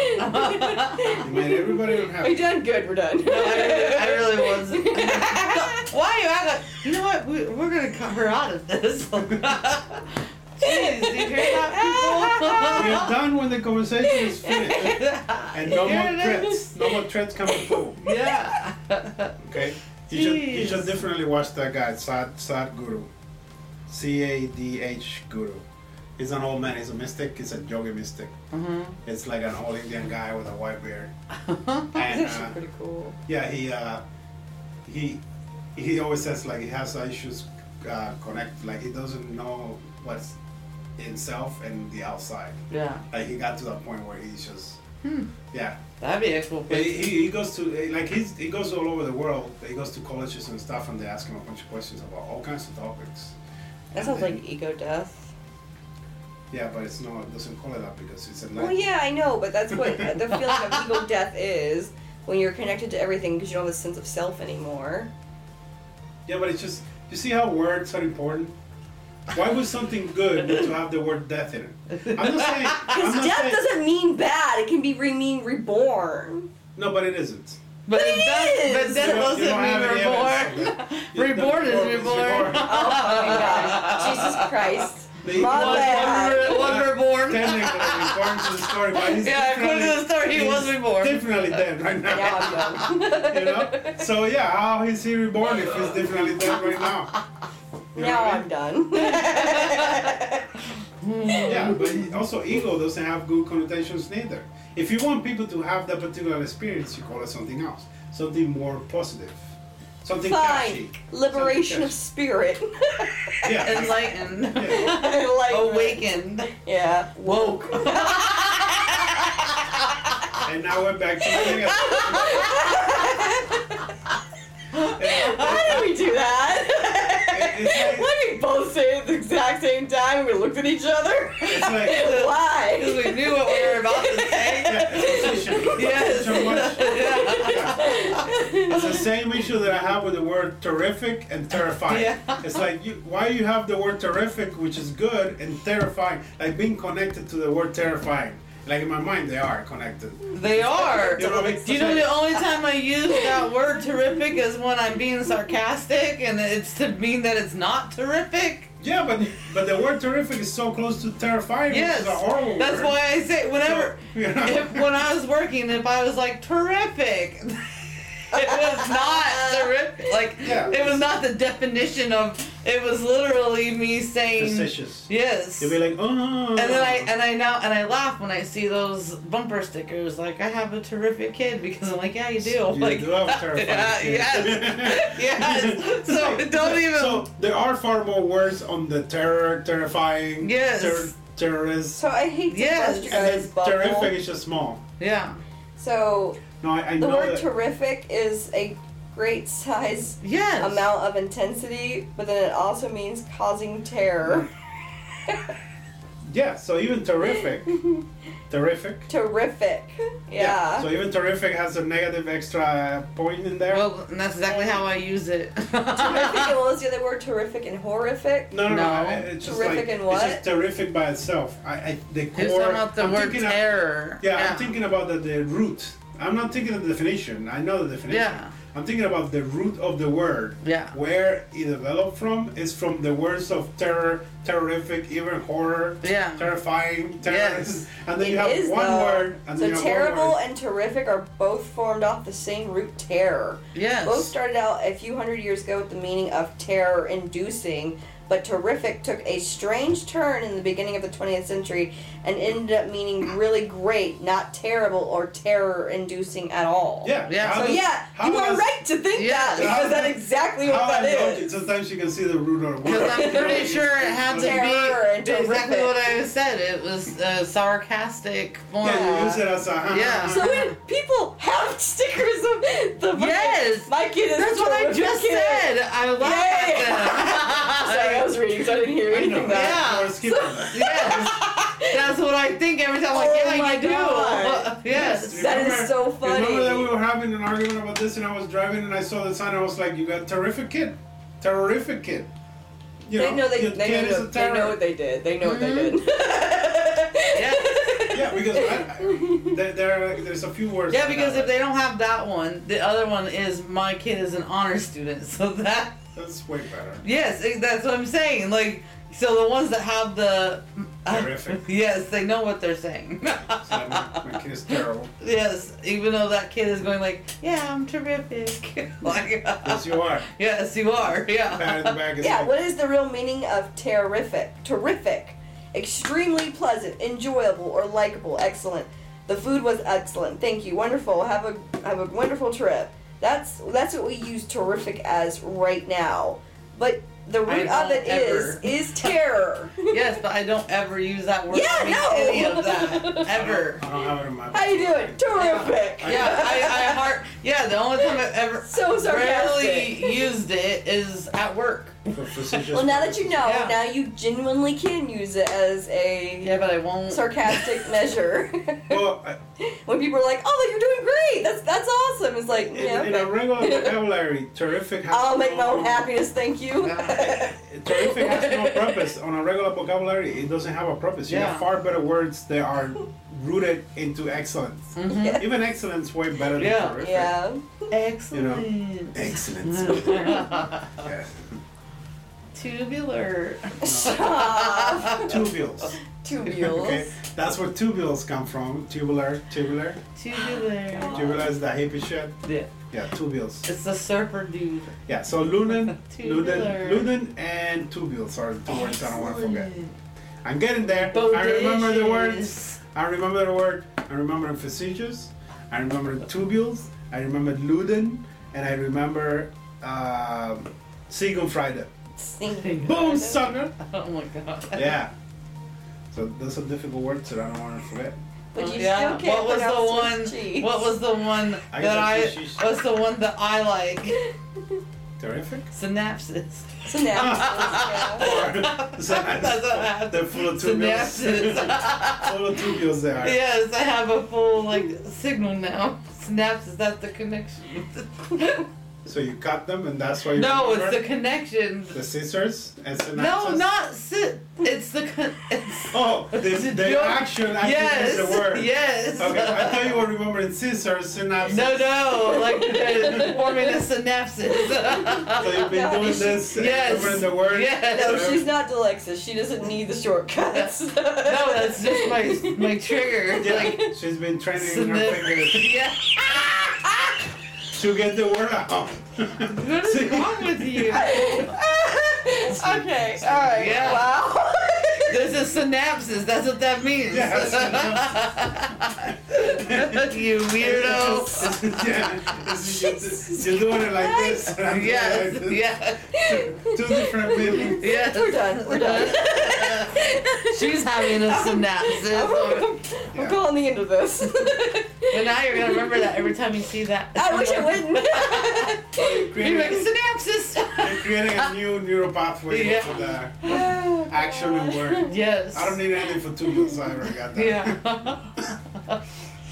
[LAUGHS]
you made
[LAUGHS]
everybody
Are you
unhappy.
done? Good, we're done.
No,
[LAUGHS]
I really, I really was. [LAUGHS] Why are you act like? You know what? We, we're gonna cut her out of this. [LAUGHS] Jeez, you hear
We're
that,
done when the conversation is
[LAUGHS]
finished.
people?
And
[LAUGHS]
no
You
more
hear that?
threats. No more threats coming forward.
[LAUGHS]
Yeah.
Okay? You should, you
Jeez.
should definitely watch that guy, Sad, Sad Guru. C A D H Guru. He's an old man, he's a mystic, he's a yogi mystic.
Mhm.
It's like an old Indian guy with a white beard.
That's
Uh-huh.
And,
actually
uh,
pretty cool.
Yeah, he uh, he he always says like he has issues uh, connect like he doesn't know what's himself and the outside.
Yeah.
Like he got to that point where he's just
Hmm.
yeah.
That'd be a cool
He,
place.
he, he goes to like he's he goes all over the world. He goes to colleges and stuff, and they ask him a bunch of questions about all kinds of topics.
That sounds like ego death.
Yeah, but it's not doesn't call it that because it's a
Well, yeah, I know, but that's what
[LAUGHS]
the feeling of ego death is when you're connected to everything because you don't have a sense of self anymore.
Yeah, but it's just you see how words are important. Why would something good need to have the word death in it? I'm not saying. I'm
[LAUGHS]
Because
not
death
saying-
doesn't mean bad. It can be re- mean reborn.
No, but it isn't.
But
it
it does.
is!
But that
You don't- you don't have any
doesn't
evidence
mean
of
reborn.
that.
[LAUGHS]
You-
Reborn
the
is
reborn is
reborn.
reborn.
Oh my
[LAUGHS]
god.
[LAUGHS]
Jesus Christ.
They-
My
One-
bad.
one- one reborn.
Technically, according to the story, but
[LAUGHS]
he's
Yeah, according to the
definitely-
story, he was
he's
reborn.
Definitely dead right now.
Now I'm done.
[LAUGHS] You know? So yeah, how is he reborn if he's definitely dead right now? You know
Now
what I
I'm
mean?
done. [LAUGHS]
Yeah, but he- also ego doesn't have good connotations neither. If you want people to have that particular experience, you call it something else, something more positive, [LAUGHS] something
Fine.
catchy.
Liberation of
Something
spirit. [LAUGHS]
catchy. Yeah.
[LAUGHS] Enlightened.
yeah.
like
Awakened.
Yeah.
Woke. [LAUGHS]
And now we're back to the
Why did we do that? [LAUGHS]
It's like-
Let me both say it at the exact same time. We looked at each other.
It's like
Because
[LAUGHS] Why?
we knew what we were about to say.
[LAUGHS] yeah, it's a position.
Yes.
So much.
[LAUGHS] Yeah.
It's the same issue that I have with the word terrific and
[LAUGHS]
terrifying.
Yeah.
It's like you, why you have the word terrific, which is good, and terrifying, like being connected to the word terrifying. Like in my mind, they are connected.
They are.
You know what I mean?
Do you know the only time I use that word terrific is when I'm being sarcastic and it's to mean that it's not terrific?
Yeah, but but the word terrific is so close to terrifying,
Yes.
which is a horrible
That's
word.
why I say whenever
So, [LAUGHS] you
[LAUGHS]
know.
if, when I was working, if I was like terrific, [LAUGHS] it was not terrific. Like
Yeah.
it was not the definition of. It was literally me saying
Facetious.
yes.
You'll be like, oh.
and then I and I now and I laugh when I see those bumper stickers like I have a terrific kid because I'm like yeah you do
You
like
do
[LAUGHS]
have terrifying
yeah,
kids.
yes
[LAUGHS]
yes so
Like,
don't even
So there are far more words on the terror, terrifying,
Yes.
ter- terrorist,
So I hate to
Yes.
bust your
and
guys'
then terrific
bubble.
is just small.
yeah
So
No, I, I
the
know
word
that.
terrific is a great size
yes
amount of intensity, but then it also means causing terror.
yeah, so even
[LAUGHS]
terrific, terrific.
Terrific. Yeah.
So even terrific has a negative extra point in there.
well and that's exactly how I use it [LAUGHS]
terrific and what was the other word? Terrific and horrific?
no, no,
no.
no. I- It's just
Terrific
like,
and what?
It's just terrific by itself. I, I the core.
It's about the
I'm
word
thinking of-
terror.
yeah, I'm thinking about the, the root. I'm not thinking of the definition. I know the definition.
Yeah.
I'm thinking about the root of the word.
Yeah.
Where it developed from is from the words of terror, terrific, even horror,
Yeah.
terrifying, terrorist. And then
It
you have
is,
one
though.
word. And then
so
you have
terrible
one word.
and terrific are both formed off the same root terror.
Yes.
Both started out a few hundred years ago with the meaning of terror inducing, but terrific took a strange turn in the beginning of the 20th century and ended up meaning really great, not terrible or terror inducing at all.
Yeah.
Yeah.
how
So,
does-
yeah,
how
you are
does-
right to think
Yeah.
that
How
because
does-
that's exactly
How
what that
I know it,
is.
sometimes you can see the root of
Because I'm pretty
[LAUGHS]
sure it had to
Terror and
be exactly
terrific.
what I said. It was a sarcastic form.
Yeah, you use it as a. huh, [LAUGHS]
Yeah.
huh,
So
huh.
when people have [LAUGHS] stickers of the fucking-
Yes!
my kid is
That's what I just
terrific.
said. I laughed
Sorry, I
at them.
[LAUGHS] was reading, so I didn't hear
I know.
anything. That
Yeah.
Or skip that.
yes. That's what I think every time. Like,
Oh
yeah,
my
you do. uh,
God.
yes.
That is
Remember-
so
Remember that we
funny.
were having an argument about this, and I was driving, and I saw the sign. I was like, "You got terrific kid, terrific kid." You
They know they,
your
they,
kid is
know,
a
they know
terror.
what they did. They know what they did. Mm-hmm. [LAUGHS]
Yeah, because I, I, there, there, are- there's a few words.
Yeah,
for
because
that.
if they don't have that one, the other one is my kid is an honor student. [LAUGHS] So that
that's way better.
yes, eh, that's what I'm saying. Like so, the ones that have the uh,
Terrific.
[LAUGHS] yes, they know what they're saying. [LAUGHS]
So my, my kid is terrible.
yes, even though that kid is going like, yeah, I'm terrific. [LAUGHS] like
Yes, you are.
yes, you are.
Pat in the
Yeah.
back is
Yeah,
like,
what is the real meaning of terrific? Terrific. Extremely pleasant, enjoyable, or likable. Excellent. The food was excellent. Thank you. Wonderful. Have a have a wonderful trip. That's that's what we use terrific as right now. But the root
I
of it
don't
is
ever.
is terror.
yes, but I don't ever use that word.
Yeah,
to mean
no.
Any of that
[LAUGHS]
I don't-
ever.
I don't have it in my.
How you
[LAUGHS]
doing? Terrific.
I-
Yeah, I, I heart. Yeah, the only time I've ever
So sarcastic.
rarely used it is at work.
For facetious
Well, now that you know,
Yeah.
now you genuinely can use it as a
Yeah, but I won't. [LAUGHS]
sarcastic measure.
Well, I-
[LAUGHS] when people are like, "Oh, you're doing great. That's that's awesome." It's like,
in,
yeah,
in a
okay. [LAUGHS]
regular vocabulary, terrific. Has
I'll make my own
no-
happiness. Thank you. [LAUGHS]
Yeah.
Terrific has
[LAUGHS]
no purpose. On a regular vocabulary, it doesn't have a purpose. You
Yeah.
have far better words that are rooted into
[LAUGHS]
excellence.
Mhm.
Yeah.
Even excellence way better than
Yeah. [LAUGHS]
terrific.
yeah.
Excellent. [LAUGHS]
Excellence. yeah.
Tubular.
Stop.
Tubules.
Tubules.
Okay, that's where tubules come from. Tubular, tubular.
Tubular.
Tubular is that hippie shit.
Yeah.
Yeah, tubules.
It's the surfer dude.
Yeah,
[LAUGHS]
so lunan,
Tubular.
lunan, lunan, and tubules are the two words I don't want to forget.
Excellent.
I'm getting there. I remember the words.
Bodacious.
I remember the word. I remember facetious. I remember tubules. I remember luden, and I remember um Seagull Friday.
Sing.
Boom, sucker!
[LAUGHS] Oh my god.
Yeah. [LAUGHS] So those are difficult words that I don't want to forget.
But you
Yeah.
still can't
what was the one?
pronounce his cheeks.
What
[LAUGHS]
was the one
I
that
got
I?
fishies.
What's the one that I like? [LAUGHS]
Terrific.
Synapses. [LAUGHS]
Synapses,
That's
That's what happened.
They're full of tubules.
Synapses.
[LAUGHS] full of tubules there.
Yes, I have a full like signal now. Synapses, that's the connection.
So you cut them, and that's why you.
no, it's the
remember
connection.
the scissors and synapses.
No, not sit. It's the con- it's
Oh, the,
It's a
the
joke.
action actually
yes,
is the word.
[LAUGHS] yes.
Okay, I thought you were remembering scissors, synapses.
No, no, like uh, forming the synapses. [LAUGHS]
So you've been
No,
doing
it's-
this, uh,
yes.
over the word.
yeah.
Yes.
[LAUGHS] No, she's not Dyslexic. She doesn't need the shortcuts. no,
no,
[LAUGHS]
that's just my my trigger.
Yeah,
Like
she's been training her
synapses.
fingers
Yeah.
to get the word out.
What is wrong with you?
[LAUGHS] okay. All right.
Yeah. [LAUGHS]
Wow.
There's a synapses. That's what that means.
Yeah,
[LAUGHS] you weirdo. [LAUGHS]
[LAUGHS] yeah, it's- you're, you're doing it like this. and I'm doing it
Yes,
like this.
yeah,
Two different feelings.
yes.
We're done. We're done.
She's having a [LAUGHS] synapses.
[LAUGHS] I'm calling the end
[LAUGHS]
of this.
But now you're gonna remember that every time you see that.
I wish I wouldn't.
[LAUGHS]
You're
You're like
creating, you're
synapses. [LAUGHS]
creating a new neural pathway
Yeah.
for the action and word.
yes.
I don't need anything for two years. I already got that.
Yeah.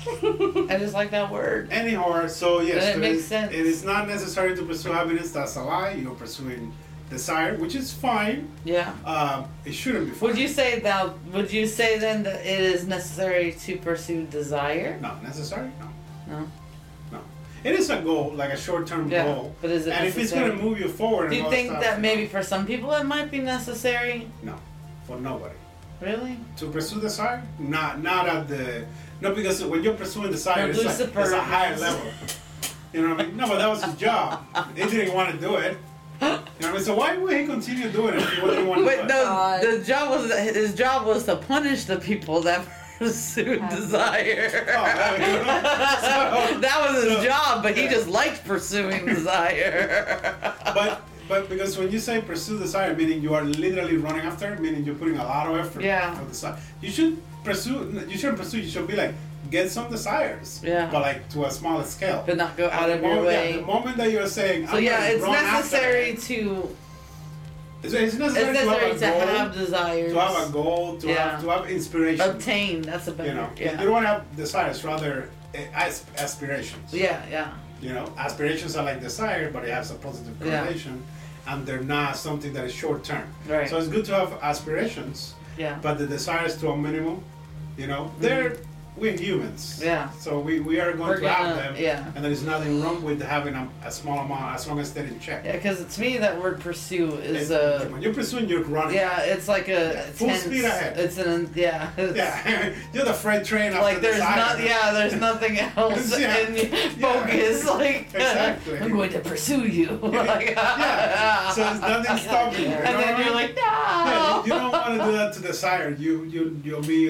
[LAUGHS] I just like that word.
Anyhow, so yes,
That
there
makes
is-
sense.
it is not necessary to pursue happiness. That's a lie. You're pursuing desire, which is fine.
Yeah.
Um, it shouldn't be fine.
Would you say that? Would you say then that it is necessary to pursue desire?
Not necessary. No.
No.
No. It is a goal, like a short-term
Yeah.
goal.
But is it
And if it's
necessary?
going to move you forward,
Do
and
you
all
think
stuff,
that maybe for some people it might be necessary?
no, for nobody
Really?
to pursue desire, not not at the no because when you're pursuing desire, it's, like,
Lucifer.
it's a higher level. You know what I mean? No, but that was his job. He didn't want to do it. You know what I mean? So why would he continue doing it if he didn't want to do
Wait,
it?
no.
God.
The job was his job was to punish the people that [LAUGHS] pursued
Happy.
desire.
Oh,
[LAUGHS]
I don't know. So-
that was his
so-
job, but he
yeah.
just liked pursuing
[LAUGHS]
desire.
but but because when you say pursue desire, meaning you are literally running after, it, meaning you're putting a lot of effort.
Yeah.
For desire. You should pursue. You shouldn't pursue. You should be like get some desires.
Yeah.
But like to a smaller scale.
but not go out
the
of your
moment, yeah,
way.
the moment that you're saying,
so
I'm
yeah,
gonna
it's
run after
necessary
it,
to
It's,
It's
it's necessary,
necessary to
to have a goal,
have desires.
to have a goal, to
Yeah.
have to have inspiration.
Obtain. That's a better.
you know,
yeah.
you don't want to have desires, rather uh, as- aspirations.
yeah. Yeah.
You know, aspirations are like desire, but it has a positive
Yeah.
correlation, and they're not something that is short term.
Right.
So it's good to have aspirations,
Yeah.
but the desires to a minimum. You know, they're we're humans.
Mm-hmm. Yeah.
So we, we are going
We're
to have
gonna-
them,
yeah.
and there is nothing wrong with having a, a small amount as long as they're in check.
Yeah. Because to me, that word pursue is
It's-
a.
[LAUGHS] when you're pursuing, you're running.
Yeah, it's like a
Yeah, full
tense-
speed ahead.
It's an yeah. [LAUGHS] It's,
[LAUGHS] Yeah, you're the freight train. after
Like there's
desire.
not yeah, there's nothing else
Yeah.
in
Yeah.
focus. Like [LAUGHS]
Exactly.
I'm going to pursue you. [LAUGHS] like,
[LAUGHS]
[LAUGHS]
Yeah, so there's nothing stopping you, you
And then
know?
you're like, no.
[LAUGHS] Yeah, you, you don't want to do that to desire. You you you'll be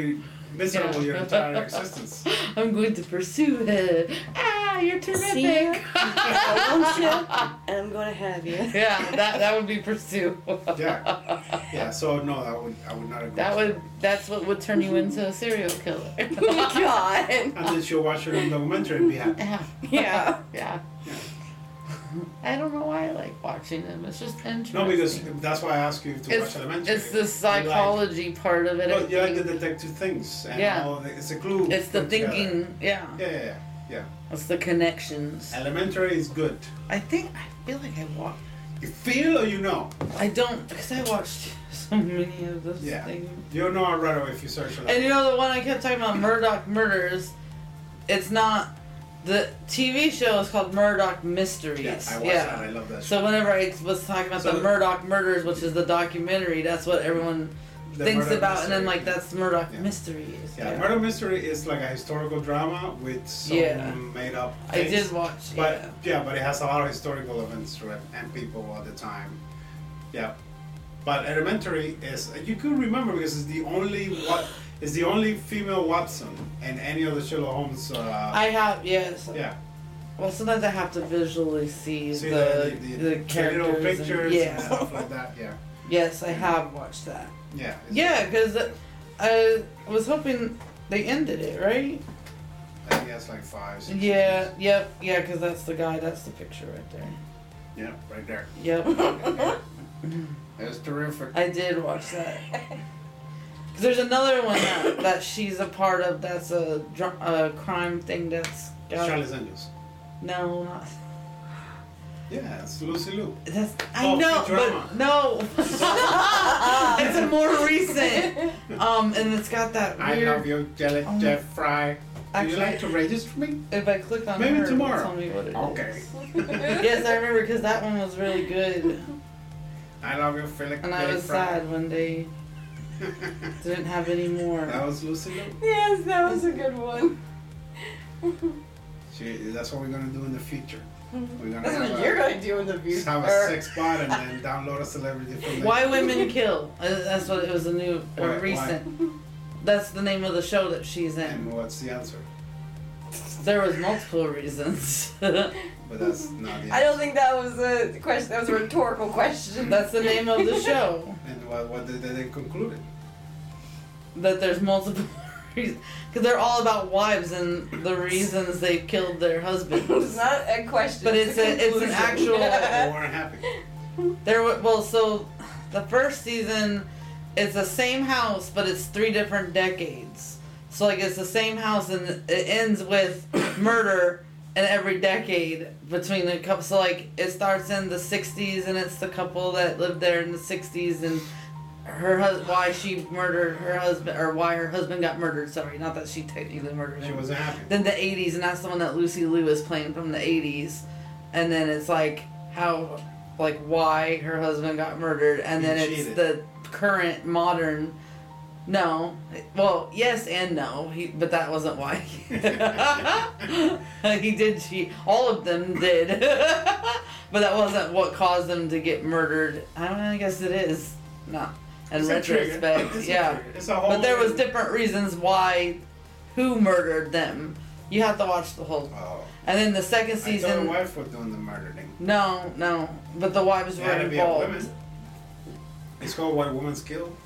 miserable your entire existence.
I'm going to pursue it. Ah, you're terrific.
See ya. I want you, and I'm going to have you.
[LAUGHS] yeah,
[LAUGHS]
that that would be pursue.
Yeah. Yeah. So no, I would I would not agree.
[LAUGHS] That would that's what would turn you into a serial killer. [LAUGHS]
Oh God.
And then she'll watch her own documentary and be happy.
yeah. [LAUGHS]
Yeah.
Yeah. I don't know why I like watching them. It's just interesting.
No, because that's why I ask you to
it's,
watch elementary.
it's the
You like-
psychology part of it.
Well, you like the
Everything-
detective things. And
Yeah.
all the- it's a clue.
it's the
put together.
thinking. Yeah.
Yeah, yeah, yeah.
It's the connections.
Elementary is good.
I think I feel like I watch.
You feel or you know.
I don't because I watched [LAUGHS] so many of those
Yeah.
things.
You know right away if you search.
And
Elementary.
you know the one I kept talking about, Murdoch Murders. It's not the TV show is called Murdoch Mysteries.
Yeah, I watch that. I love that.
So whenever I was talking about
So
the
the-
Murdoch Murders, which is the documentary, that's what everyone
The
thinks
murder
about, and then
mystery.
like that's Murdoch
Yeah.
Mysteries.
Yeah, murder mystery is like a historical drama with some
Yeah.
made up.
I
things.
did watch.
But
yeah.
yeah. but it has a lot of historical events right, and people at the time. Yeah, but elementary is you could remember because it's the only what is the only female Watson in any of the Sherlock Holmes. Uh,
I have yes.
yeah,
Well, sometimes I have to visually see,
see
the,
the,
characters.
little
and-
pictures
yeah.
and [LAUGHS] stuff like that. Yeah,
Yes, I have watched that. [LAUGHS]
yeah, it's-
Yeah, because I was hoping they ended it, right?
I think that's like five. Six
Yeah,
seasons.
yep, yeah, because that's the guy, that's the picture right there.
yeah, right there.
Yep,
It's terrific.
I did watch that. 'Cause there's another one
[COUGHS]
that, that she's a part of that's a, dr- a crime thing that's got.
Charlie's Angels.
No, not.
Yeah, it's Lucy Liu.
That's, I
Oh,
know,
Futurama.
but no. [LAUGHS] it's a more recent. Um, and it's got that
I
weird.
love you, Jelly
Oh my-
Jeff Fry. Would you
Actually,
like to register me?
If I click on
Maybe
her, it'll
tomorrow.
Tell me what it is.
Okay.
yes, I remember because that one was really good,
I love you, Philip. [LAUGHS]
and I
Jelly
was
Fry.
sad when they didn't have any more.
[LAUGHS] that was Lucy Liu.
yes, that was a good one.
She, that's what we're gonna do in the future.
Mm-hmm.
We're gonna
That's
have,
what
a,
you're gonna do in the future.
have a sex bot and then download a celebrity from
Why women kill? Uh, That's what it was. A new,
Why-
or
why?
recent. That's the name of the show that she's in.
And what's the answer?
There was multiple reasons. [LAUGHS] that's
But that's
Mm-hmm.
not the answer.
I don't think that was a question. That was a rhetorical question.
the name of the show.
And what, what did they
[LAUGHS]
conclude? it?
That there's multiple [LAUGHS] reasons. Because they're all about wives and the reasons they killed their
It's
husbands.
not a question.
But
a
it's a- it's an
conclusion.
They
[LAUGHS]
actual-
weren't happy.
There were, well, so the first season, it's the same house, but it's three different decades. So like it's the same house, and it ends with [COUGHS] murder in every decade between the couple. So like it starts in the '60s, and it's the couple that lived there in the '60s, and her hus- why she murdered her husband or why her husband got murdered. Sorry, not that she technically murdered
She
him
wasn't happy.
then the 80s and that's the one that lucy Liu is playing from the 80s and then it's like how like why her husband got murdered and
He
then it's
cheated.
the current modern no well yes and no he, but that wasn't why [LAUGHS] he did cheat all of them did [LAUGHS] but that wasn't what caused them to get murdered i don't know, i guess it is not in
It's a trigger.
retrospect
It's a
yeah
trigger. It's a whole
but there was different reasons why who murdered them. You have to watch the whole.
Oh,
And then the second
I thought the
season.
wife was doing the murdering.
No, no. But the wives
It
were
had to be a
involved.
woman. It's called What Woman's Kill.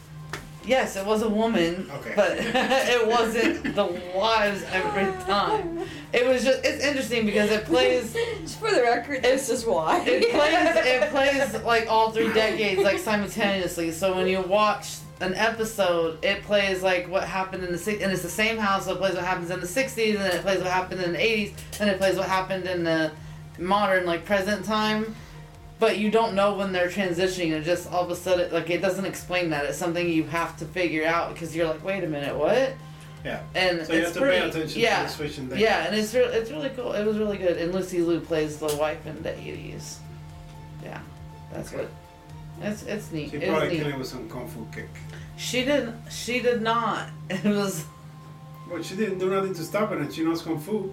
Yes, it was a woman. [LAUGHS]
Okay.
But it wasn't the wives every time. It was just it's interesting because it plays
Just for the record, this is why. [LAUGHS]
it plays
[LAUGHS]
it plays like all three decades like simultaneously. So when you watch an episode, it plays like what happened in the si- and it's the same house. So it plays what happens in the '60s, and then it plays what happened in the '80s, and it plays what happened in the modern like present time. But you don't know when they're transitioning. It just all of a sudden like it doesn't explain that. It's something you have to figure out because you're like, wait a minute, what?
Yeah.
And it's
So you have to
pretty,
pay attention
yeah.
to the switching thing.
Yeah, and it's re- it's really cool. It was really good. And Lucy Liu plays the wife in the eighties. Yeah, that's what. It's it's neat.
She
It
probably
was
killed
neat.
it with some kung fu kick.
She didn't. She did not. [LAUGHS] It was
But she didn't do nothing to stop it, and she knows kung fu.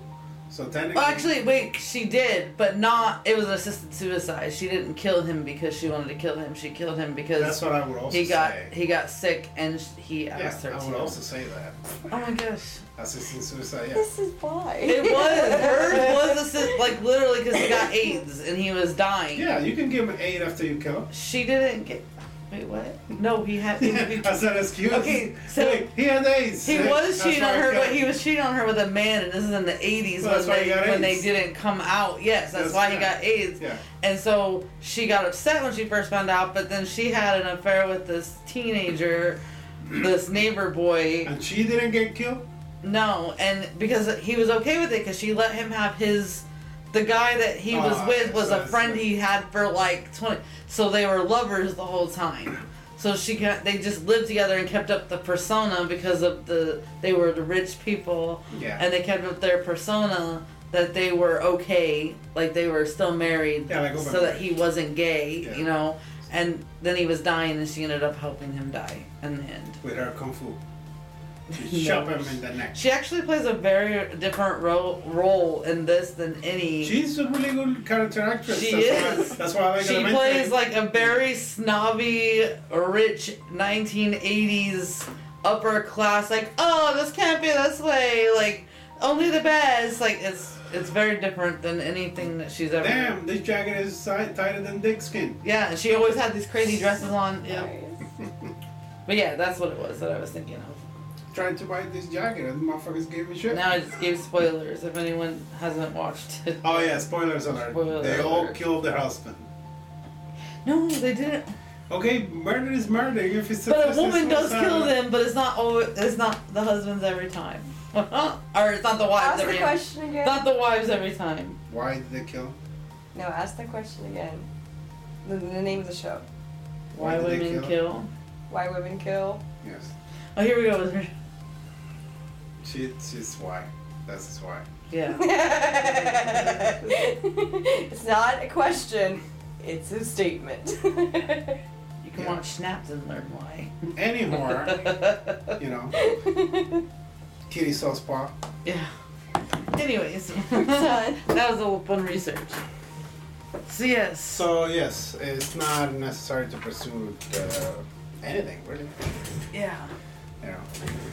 So technically,
well, actually wait. She did, but not. It was an assisted suicide. She didn't kill him because she wanted to kill him. She killed him
that's
because
what I would also
he got
say.
he got sick and sh- he
yeah,
asked her
I
to.
would also say that.
oh my gosh.
Assisting suicide, yeah.
This is why.
It was
[LAUGHS]
hers was assi- like literally because he got AIDS and he was dying.
Yeah, you can give him eight after you kill him.
She didn't get. Wait, what? No, he had. He, [LAUGHS]
[LAUGHS]
he,
As an excuse.
Okay, so-
Like, he had AIDS.
he
Like,
was
that's
cheating
why
on
I
her,
killed
but he was cheating on her with a man, and this is in the '80s
Well, that's
when
why he
they
got
when they
AIDS.
didn't come out. Yes, that's
That's-
why he
yeah.
got AIDS.
Yeah.
And so she got upset when she first found out, but then she had an affair with this teenager, this neighbor boy.
And she didn't get killed?
No, and because he was okay with it, because she let him have his. The guy that he was
Ah,
with was
so
a
it's
friend
like-
he had for like twenty. So they were lovers the whole time. So she got, they just lived together and kept up the persona because of the they were the rich people
Yeah.
and they kept up their persona that they were okay, like they were still married,
Yeah, like open
so that he
marriage.
wasn't gay,
Yeah.
you know. And then he was dying, and she ended up helping him die in the end.
With her kung fu.
[LAUGHS] No.
She shot him in the neck.
She actually plays a very different ro- role in this than any.
She's a really good character actress.
She
that's
is.
Why, that's why I like
She
Elementary.
plays like a very snobby, rich 1980s upper class. Like, oh, this can't be this way. Like, only the best. Like, it's it's very different than anything that she's ever.
Damn, this jacket is si- tighter than dick skin.
Yeah, and she always had these crazy dresses on. Yeah.
Nice.
But yeah, that's what it was that I was thinking of.
Trying to buy this jacket, and motherfuckers gave me shit.
Now I just gave spoilers if anyone hasn't watched it. [LAUGHS]
Oh yeah, spoilers alert.
Spoiler
they all
alert.
killed their husband.
No, they didn't.
Okay, murder is murder. If it's
But a
assisted
woman does
suicide.
kill them, but it's not always, it's not the husbands every time. [LAUGHS] or it's not the wives
Ask the
every time.
question again.
Not the wives every time.
Why did they kill?
No, ask the question again. The, the name of the show.
Why,
did they
women kill?
Why women kill. [LAUGHS]
Yes,
Oh, here we go [LAUGHS] with her.
she, she's why. That's why.
Yeah.
it's not a question. It's a statement. [LAUGHS]
You can
Yeah.
watch Snapped and learn why.
Anymore,
[LAUGHS]
you know, kitty sauce pop.
yeah. Anyways, [LAUGHS] that
done.
was a little fun research. So yes.
So yes, it's not necessary to pursue uh, anything really.
yeah.
You know.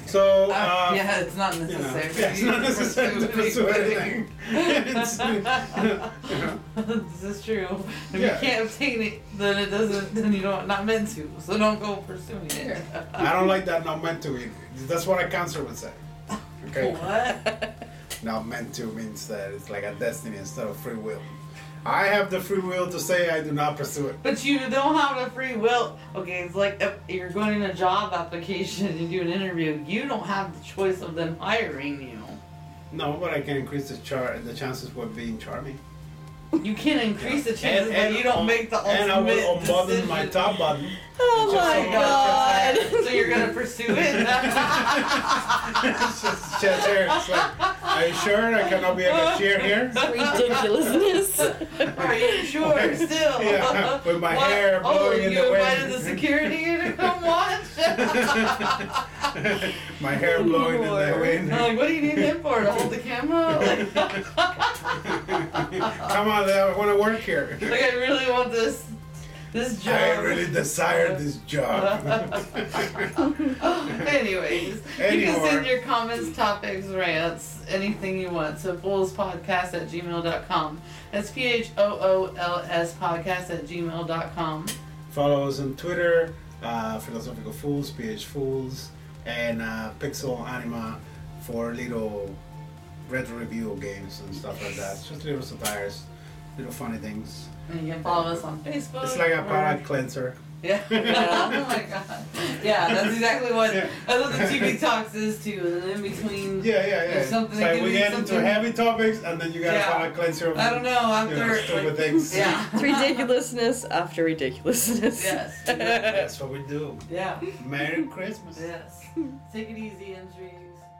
So
Uh,
uh,
yeah, it's not
you know,
necessary.
[LAUGHS] yeah, it's not necessary to pursue anything. [LAUGHS] It's, [LAUGHS] you know.
[LAUGHS] this is true. If
Yeah.
you can't obtain it, then it doesn't. Then you don't not meant to. So don't go pursuing it. [LAUGHS]
I don't like that not meant to. It, that's what a cancer would say. Okay.
[LAUGHS] What? [LAUGHS]
Not meant to means that it's like a destiny instead of free will. I have the free will to say I do not pursue it.
But you don't have a free will. Okay, it's like if you're going in a job application and you do an interview. You don't have the choice of them hiring you.
No, but I can increase the char the chances of being charming.
You can increase the chances,
And- and
but you don't
um,
make the ultimate
And I will unbutton my
decision.
top
[LAUGHS]
button. [LAUGHS]
Oh my
So-
god.
so you're gonna pursue
[LAUGHS]
it?
it's just just here. It's like, are you sure I cannot be a cashier
[LAUGHS]
here?
Ridiculousness.
Are
[LAUGHS]
you sure? Still?
Yeah, with my
What?
hair blowing
oh,
in
you
the
invited
wind.
the security in to come watch?
[LAUGHS] my hair blowing in the
Lord.
I'm
wind.
like, what do you need him for? To
[LAUGHS]
hold the [LAUGHS] camera? Like,
Come on, I want to work here.
like, [LAUGHS] I really want this this job.
I really
[LAUGHS]
desire this job.
Oh, Anyways, you can
Anymore.
send your comments, topics, rants, anything you want to foolspodcast at gmail.com. That's P H O O L S podcast at gmail.com.
Follow us on Twitter, uh, Philosophical Fools, PH Fools, and uh, Pixel Anima for little retro review of games and stuff like that. It's just little satires, little funny things.
And you can follow us on Facebook.
It's like a
or-
palate cleanser.
Yeah. [LAUGHS] oh my god. Yeah, that's exactly what
Yeah.
that's what the TV talks is too. And in between
Yeah, yeah, yeah.
There's something
it's
that
like
could
we
be
get into
something-
heavy topics and then you got
Yeah.
a palate cleanser of
I don't know,
you know,
after
stupid things.
Yeah. [LAUGHS]
It's [LAUGHS] ridiculousness after ridiculousness.
Yes.
[LAUGHS]
That's what we do.
Yeah.
Merry Christmas.
Yes. Take it easy, injuries.